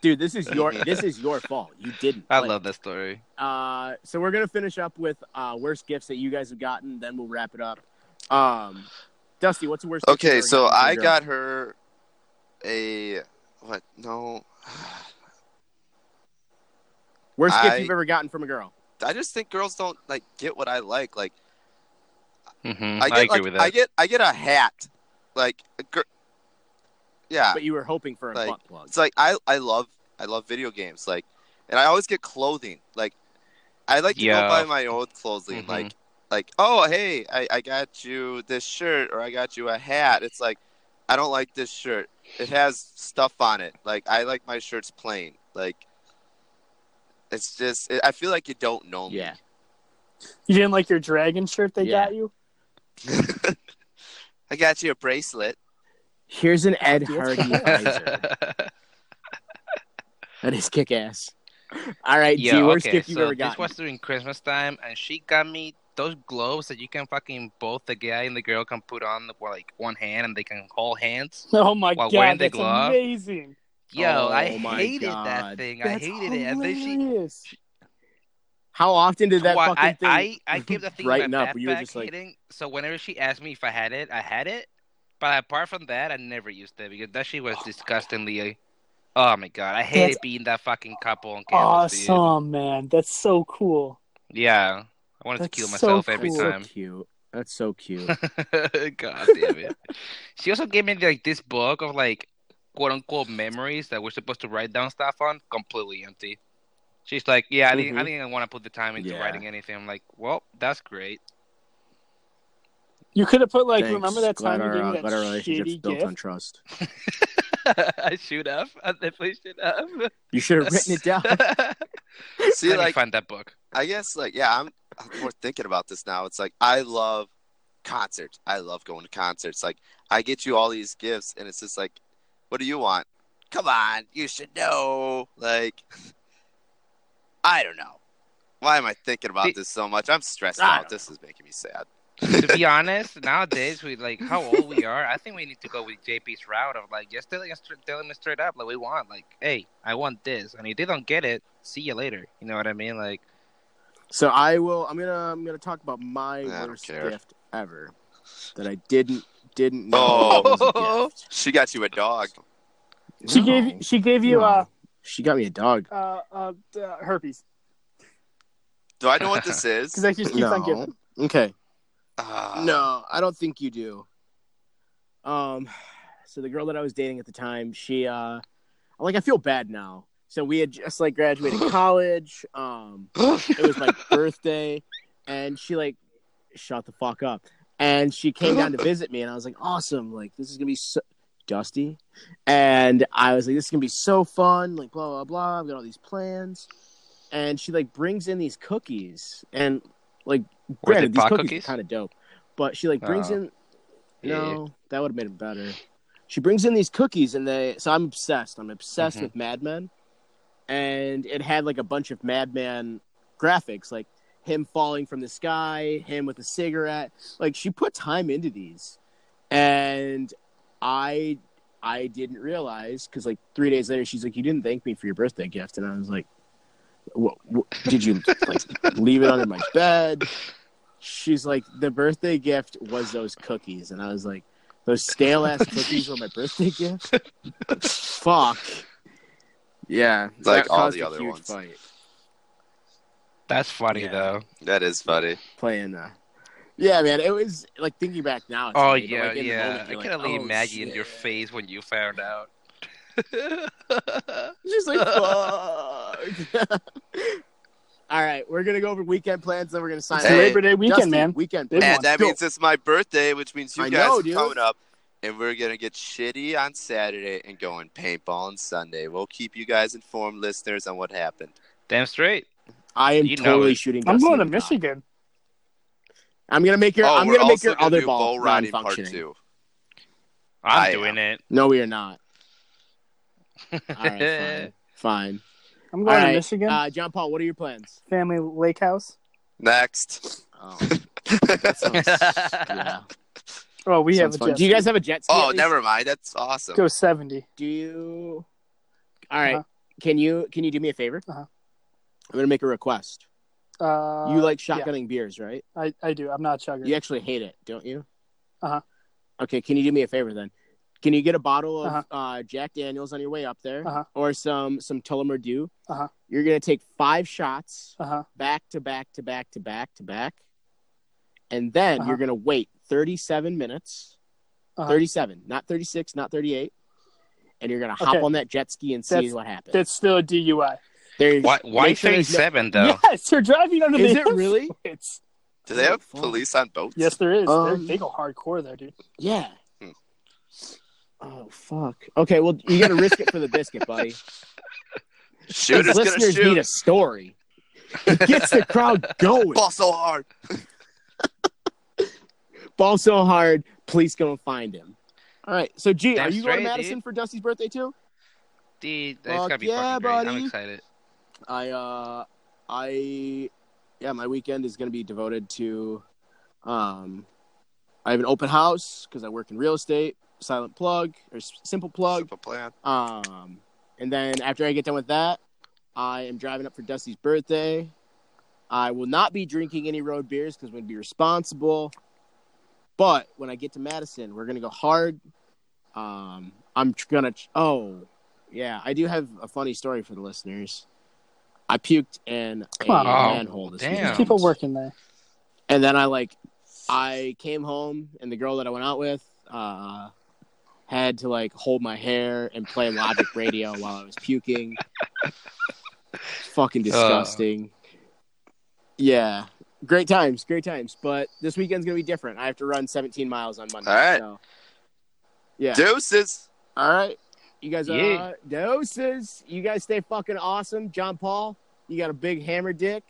[SPEAKER 1] Dude, this is your this is your fault. You didn't.
[SPEAKER 4] I
[SPEAKER 1] play.
[SPEAKER 4] love that story.
[SPEAKER 1] Uh, so we're gonna finish up with uh, worst gifts that you guys have gotten. Then well wrap it up. Um, Dusty, what's the worst? gift you've
[SPEAKER 2] Okay,
[SPEAKER 1] ever gotten
[SPEAKER 2] so
[SPEAKER 1] from a
[SPEAKER 2] I
[SPEAKER 1] girl?
[SPEAKER 2] got her a what? No,
[SPEAKER 1] worst
[SPEAKER 2] I-
[SPEAKER 1] gift you've ever gotten from a girl.
[SPEAKER 2] I just think girls don't like get what I like. Like,
[SPEAKER 4] Mhm,
[SPEAKER 2] I get
[SPEAKER 4] agree
[SPEAKER 2] like,
[SPEAKER 4] with
[SPEAKER 2] I
[SPEAKER 4] that.
[SPEAKER 2] get I get a hat, like a gir- yeah,
[SPEAKER 1] But you were hoping for a
[SPEAKER 2] Like-
[SPEAKER 1] butt plug.
[SPEAKER 2] It's like I I love I love video games like, and I always get clothing like, I like to
[SPEAKER 4] Yeah.
[SPEAKER 2] go buy my own clothing
[SPEAKER 4] Mhm.
[SPEAKER 2] like like oh hey I I got you this shirt or I got you a hat. It's like I don't like this shirt. It has stuff on it. Like I like my shirts plain. Like it's just it, I feel like you don't know me.
[SPEAKER 1] Yeah.
[SPEAKER 3] You didn't like your dragon shirt they
[SPEAKER 1] Yeah.
[SPEAKER 3] got you?
[SPEAKER 2] I got you a bracelet.
[SPEAKER 1] Here's an Ed
[SPEAKER 3] Yes.
[SPEAKER 1] Hardy visor. That is kick ass. All right,
[SPEAKER 4] Yeah,
[SPEAKER 1] G, worst
[SPEAKER 4] okay,
[SPEAKER 1] gift you've
[SPEAKER 4] so
[SPEAKER 1] ever
[SPEAKER 4] this
[SPEAKER 1] gotten.
[SPEAKER 4] was during Christmas time, and she got me those gloves that you can fucking both the guy and the girl can put on with, like one hand and they can hold hands.
[SPEAKER 3] Oh my
[SPEAKER 4] While wearing
[SPEAKER 3] god,
[SPEAKER 4] the
[SPEAKER 3] that's
[SPEAKER 4] glove?
[SPEAKER 3] amazing.
[SPEAKER 4] Yo, I
[SPEAKER 1] Oh my
[SPEAKER 4] hated that
[SPEAKER 1] God.
[SPEAKER 4] thing. I
[SPEAKER 3] That's
[SPEAKER 4] hated it. And then she,
[SPEAKER 3] hilarious.
[SPEAKER 1] How often did that
[SPEAKER 4] Well,
[SPEAKER 1] fucking
[SPEAKER 4] I,
[SPEAKER 1] thing?
[SPEAKER 4] I, I gave that thing in
[SPEAKER 1] brighten
[SPEAKER 4] my
[SPEAKER 1] up?
[SPEAKER 4] backpack
[SPEAKER 1] You were just like,
[SPEAKER 4] hidden, so whenever she asked me if I had it, I had it. But apart from that, I never used it because that shit was disgustingly. Oh my god, I hated
[SPEAKER 3] That's-
[SPEAKER 4] being that fucking couple on campus. dude.
[SPEAKER 3] Awesome, man. That's so cool.
[SPEAKER 4] Yeah, I wanted
[SPEAKER 3] That's
[SPEAKER 4] to kill
[SPEAKER 3] so
[SPEAKER 4] myself every
[SPEAKER 1] that's
[SPEAKER 3] cool.
[SPEAKER 1] so
[SPEAKER 4] time.
[SPEAKER 1] cute. That's so cute.
[SPEAKER 4] God damn it. she also gave me like this book of like quote unquote memories that we're supposed to write down stuff on, completely empty. She's like, Yeah, I didn't
[SPEAKER 2] Mm-hmm.
[SPEAKER 4] I didn't want to put the time into
[SPEAKER 1] Yeah.
[SPEAKER 4] writing anything. I'm like, Well, that's great.
[SPEAKER 3] You could have put like
[SPEAKER 1] Thanks.
[SPEAKER 3] remember that
[SPEAKER 1] Glad
[SPEAKER 3] time you
[SPEAKER 1] our,
[SPEAKER 3] gave
[SPEAKER 1] uh,
[SPEAKER 3] me that
[SPEAKER 1] glad our relationship's
[SPEAKER 3] shitty
[SPEAKER 1] built
[SPEAKER 3] gift?
[SPEAKER 1] on trust.
[SPEAKER 4] I shoot up. I definitely shoot up.
[SPEAKER 1] You should have written it down.
[SPEAKER 4] I
[SPEAKER 2] See,
[SPEAKER 4] need to
[SPEAKER 2] like
[SPEAKER 4] find that book.
[SPEAKER 2] I guess like yeah, I'm I'm more thinking about this now. It's like I love concerts. I love going to concerts. Like I get you all these gifts and it's just like what do you want? Come on, you should know. Like I don't know. Why am I thinking about
[SPEAKER 4] The-
[SPEAKER 2] this so much? I'm stressed
[SPEAKER 3] I
[SPEAKER 2] out.
[SPEAKER 3] don't
[SPEAKER 2] This is making me sad.
[SPEAKER 4] to be honest, nowadays we like how old we are. I think we need to go with JP's route of like just telling us, telling us straight up like we want, like, hey, I want this, and if they don't get it, see you later. You know what I mean? Like,
[SPEAKER 1] So I will. I'm gonna. I'm gonna talk about my
[SPEAKER 2] I don't
[SPEAKER 1] worst
[SPEAKER 2] care.
[SPEAKER 1] gift ever that I didn't didn't know
[SPEAKER 2] Oh.
[SPEAKER 1] was
[SPEAKER 2] She got you a dog.
[SPEAKER 1] a gift.
[SPEAKER 3] She
[SPEAKER 1] No.
[SPEAKER 3] gave she gave you
[SPEAKER 1] No.
[SPEAKER 3] uh,
[SPEAKER 1] She got me a dog.
[SPEAKER 3] uh, uh, uh herpes
[SPEAKER 2] Do I know what this is?
[SPEAKER 3] because that just keeps on
[SPEAKER 1] No.
[SPEAKER 3] giving.
[SPEAKER 1] Okay.
[SPEAKER 2] Ah.
[SPEAKER 1] No, I don't think you do. Um, so the girl that I was dating at the time, she uh, like I feel bad now. So we had just like graduated college. Um, it was my birthday, and she like shut the fuck up. And she came down to visit me, and I was like, awesome, like this is gonna be so dusty. And I was like, this is gonna be so fun, like blah blah blah. I've got all these plans, and she like brings in these cookies, and like
[SPEAKER 4] Were they
[SPEAKER 1] granted, these
[SPEAKER 4] pot
[SPEAKER 1] cookies,
[SPEAKER 4] cookies?
[SPEAKER 1] are kind of dope, but she like brings
[SPEAKER 4] Oh.
[SPEAKER 1] in no, that would have made it better. She brings in these cookies, and they. So I'm obsessed. I'm obsessed
[SPEAKER 4] Mhm.
[SPEAKER 1] with Mad Men, and it had like a bunch of Mad Men graphics, like him falling from the sky, him with a cigarette. Like she put time into these, and I, I didn't realize because like three days later, she's like, "You didn't thank me for your birthday gift," and I was like, "What? what did you like leave it under my bed?" she's like, the birthday gift was those cookies, and I was like, those stale ass cookies were my birthday gift. Fuck. Yeah,
[SPEAKER 2] Like
[SPEAKER 1] that
[SPEAKER 2] all
[SPEAKER 1] caused
[SPEAKER 2] the
[SPEAKER 1] a
[SPEAKER 2] other
[SPEAKER 1] huge
[SPEAKER 2] ones.
[SPEAKER 1] Fight
[SPEAKER 4] that's funny
[SPEAKER 1] Yeah.
[SPEAKER 4] though.
[SPEAKER 2] That is funny.
[SPEAKER 1] playing. Uh, yeah, man, it was like thinking back now. it's
[SPEAKER 4] Oh
[SPEAKER 1] funny, but,
[SPEAKER 4] yeah,
[SPEAKER 1] like, in the
[SPEAKER 4] yeah.
[SPEAKER 1] moment,
[SPEAKER 4] I
[SPEAKER 1] you're
[SPEAKER 4] can
[SPEAKER 1] like,
[SPEAKER 4] only
[SPEAKER 1] oh,
[SPEAKER 4] imagine
[SPEAKER 1] shit.
[SPEAKER 4] your face when you found out.
[SPEAKER 1] Just like fuck. All right, we're gonna go over weekend plans, then we're gonna sign.
[SPEAKER 3] It's
[SPEAKER 2] Hey,
[SPEAKER 1] off.
[SPEAKER 3] Labor Day weekend,
[SPEAKER 1] Dustin,
[SPEAKER 3] man.
[SPEAKER 1] Weekend
[SPEAKER 3] Big
[SPEAKER 1] plans.
[SPEAKER 2] And that
[SPEAKER 1] Go.
[SPEAKER 2] means it's my birthday, which means you
[SPEAKER 1] I
[SPEAKER 2] guys
[SPEAKER 1] know,
[SPEAKER 2] are
[SPEAKER 1] dude.
[SPEAKER 2] coming up, and we're gonna get shitty on Saturday and going paintball on Sunday. We'll keep you guys informed, listeners, on what happened.
[SPEAKER 4] Damn straight.
[SPEAKER 1] I am
[SPEAKER 4] You know
[SPEAKER 1] totally
[SPEAKER 4] it.
[SPEAKER 1] shooting.
[SPEAKER 3] I'm
[SPEAKER 1] Dustin
[SPEAKER 3] going to
[SPEAKER 1] in the dark.
[SPEAKER 3] Michigan.
[SPEAKER 1] I'm gonna make your.
[SPEAKER 2] oh,
[SPEAKER 1] I'm
[SPEAKER 2] we're
[SPEAKER 1] gonna make
[SPEAKER 2] also
[SPEAKER 1] your
[SPEAKER 2] gonna
[SPEAKER 1] other
[SPEAKER 2] do
[SPEAKER 1] ball
[SPEAKER 2] bull riding part
[SPEAKER 1] non-functioning.
[SPEAKER 2] two.
[SPEAKER 4] I'm
[SPEAKER 2] I
[SPEAKER 4] doing it.
[SPEAKER 1] No, we are not. All right, fine. fine.
[SPEAKER 3] I'm going
[SPEAKER 1] All right,
[SPEAKER 3] to Michigan.
[SPEAKER 1] Uh, John Paul, what are your plans?
[SPEAKER 3] family lake house.
[SPEAKER 2] Next.
[SPEAKER 1] Oh,
[SPEAKER 4] yeah.
[SPEAKER 1] yeah.
[SPEAKER 3] Oh, we
[SPEAKER 1] Sounds
[SPEAKER 3] have a
[SPEAKER 1] fun.
[SPEAKER 3] jet.
[SPEAKER 1] Do you guys have a jet ski? at
[SPEAKER 2] oh,
[SPEAKER 1] least?
[SPEAKER 2] never mind. That's awesome.
[SPEAKER 3] go seventy?
[SPEAKER 1] Do you? All right.
[SPEAKER 3] Uh-huh.
[SPEAKER 1] Can you can you do me a favor?
[SPEAKER 3] Uh-huh.
[SPEAKER 1] I'm gonna make a request.
[SPEAKER 3] Uh,
[SPEAKER 1] you like shotgunning beers, right?
[SPEAKER 3] I, I do. I'm not chugging.
[SPEAKER 1] You actually hate it, don't you?
[SPEAKER 3] Uh-huh.
[SPEAKER 1] Okay. Can you do me a favor then? Can you get a bottle of
[SPEAKER 3] Uh-huh.
[SPEAKER 1] uh, Jack Daniels on your way up there,
[SPEAKER 3] Uh-huh.
[SPEAKER 1] or some some Tullamore Dew?
[SPEAKER 3] Uh-huh.
[SPEAKER 1] You're gonna take five shots.
[SPEAKER 3] Uh huh.
[SPEAKER 1] back to back to back to back to back. And then
[SPEAKER 3] Uh-huh.
[SPEAKER 1] you're going to wait 37 minutes,
[SPEAKER 3] Uh-huh.
[SPEAKER 1] 37, not 36, not 38. And you're going to hop
[SPEAKER 3] Okay.
[SPEAKER 1] on that jet ski and see
[SPEAKER 3] That's-
[SPEAKER 1] what happens.
[SPEAKER 3] That's still a DUI.
[SPEAKER 1] There's,
[SPEAKER 4] Why? Why
[SPEAKER 1] make sure there's no-
[SPEAKER 4] 37 though?
[SPEAKER 3] Yes, you're driving under
[SPEAKER 1] Is
[SPEAKER 3] the
[SPEAKER 1] it really?
[SPEAKER 3] influence.
[SPEAKER 2] Do they have
[SPEAKER 1] Fuck.
[SPEAKER 2] police on boats?
[SPEAKER 3] Yes, there is. They're-
[SPEAKER 1] Um,
[SPEAKER 3] they go hardcore there, dude.
[SPEAKER 1] Yeah.
[SPEAKER 2] Hmm.
[SPEAKER 1] Oh, fuck. Okay, well, you got to risk it for the biscuit, buddy. These
[SPEAKER 2] Shooter's gonna
[SPEAKER 1] listeners need
[SPEAKER 2] shoot.
[SPEAKER 1] a story. It gets the crowd going.
[SPEAKER 2] Ball so hard.
[SPEAKER 1] Ball so hard, police going to find him. All right, so, G,
[SPEAKER 4] Damn
[SPEAKER 1] are you going to
[SPEAKER 4] straight,
[SPEAKER 1] Madison
[SPEAKER 4] dude.
[SPEAKER 1] for Dusty's birthday, too?
[SPEAKER 4] Dude, it's
[SPEAKER 1] Fuck
[SPEAKER 4] gonna be
[SPEAKER 1] yeah,
[SPEAKER 4] fucking great.
[SPEAKER 1] buddy.
[SPEAKER 4] I'm excited.
[SPEAKER 1] I uh I yeah, my weekend is going to be devoted to um I have an open house cuz I work in real estate, silent plug or s- simple plug.
[SPEAKER 2] Simple plan.
[SPEAKER 1] Um and then after I get done with that, I am driving up for Dusty's birthday. I will not be drinking any road beers cuz I'm going to be responsible. But when I get to Madison, we're going to go hard. Um I'm tr- going to Oh, yeah, I do have a funny story for the listeners. I puked in a
[SPEAKER 3] Come on.
[SPEAKER 4] Oh,
[SPEAKER 1] manhole this
[SPEAKER 4] damn.
[SPEAKER 1] weekend.
[SPEAKER 3] People working there.
[SPEAKER 1] And then I like, I came home, and the girl that I went out with uh, had to like hold my hair and play Logic Radio while I was puking.
[SPEAKER 2] Uh.
[SPEAKER 1] Fucking disgusting. Yeah, great times, great times. But this weekend's gonna be different. I have to run 17 miles on Monday.
[SPEAKER 2] All right.
[SPEAKER 1] So. Yeah.
[SPEAKER 2] Deuces.
[SPEAKER 1] All right. You guys uh, are
[SPEAKER 4] Yeah.
[SPEAKER 1] doses. You guys stay fucking awesome. John Paul, You got a big hammer dick.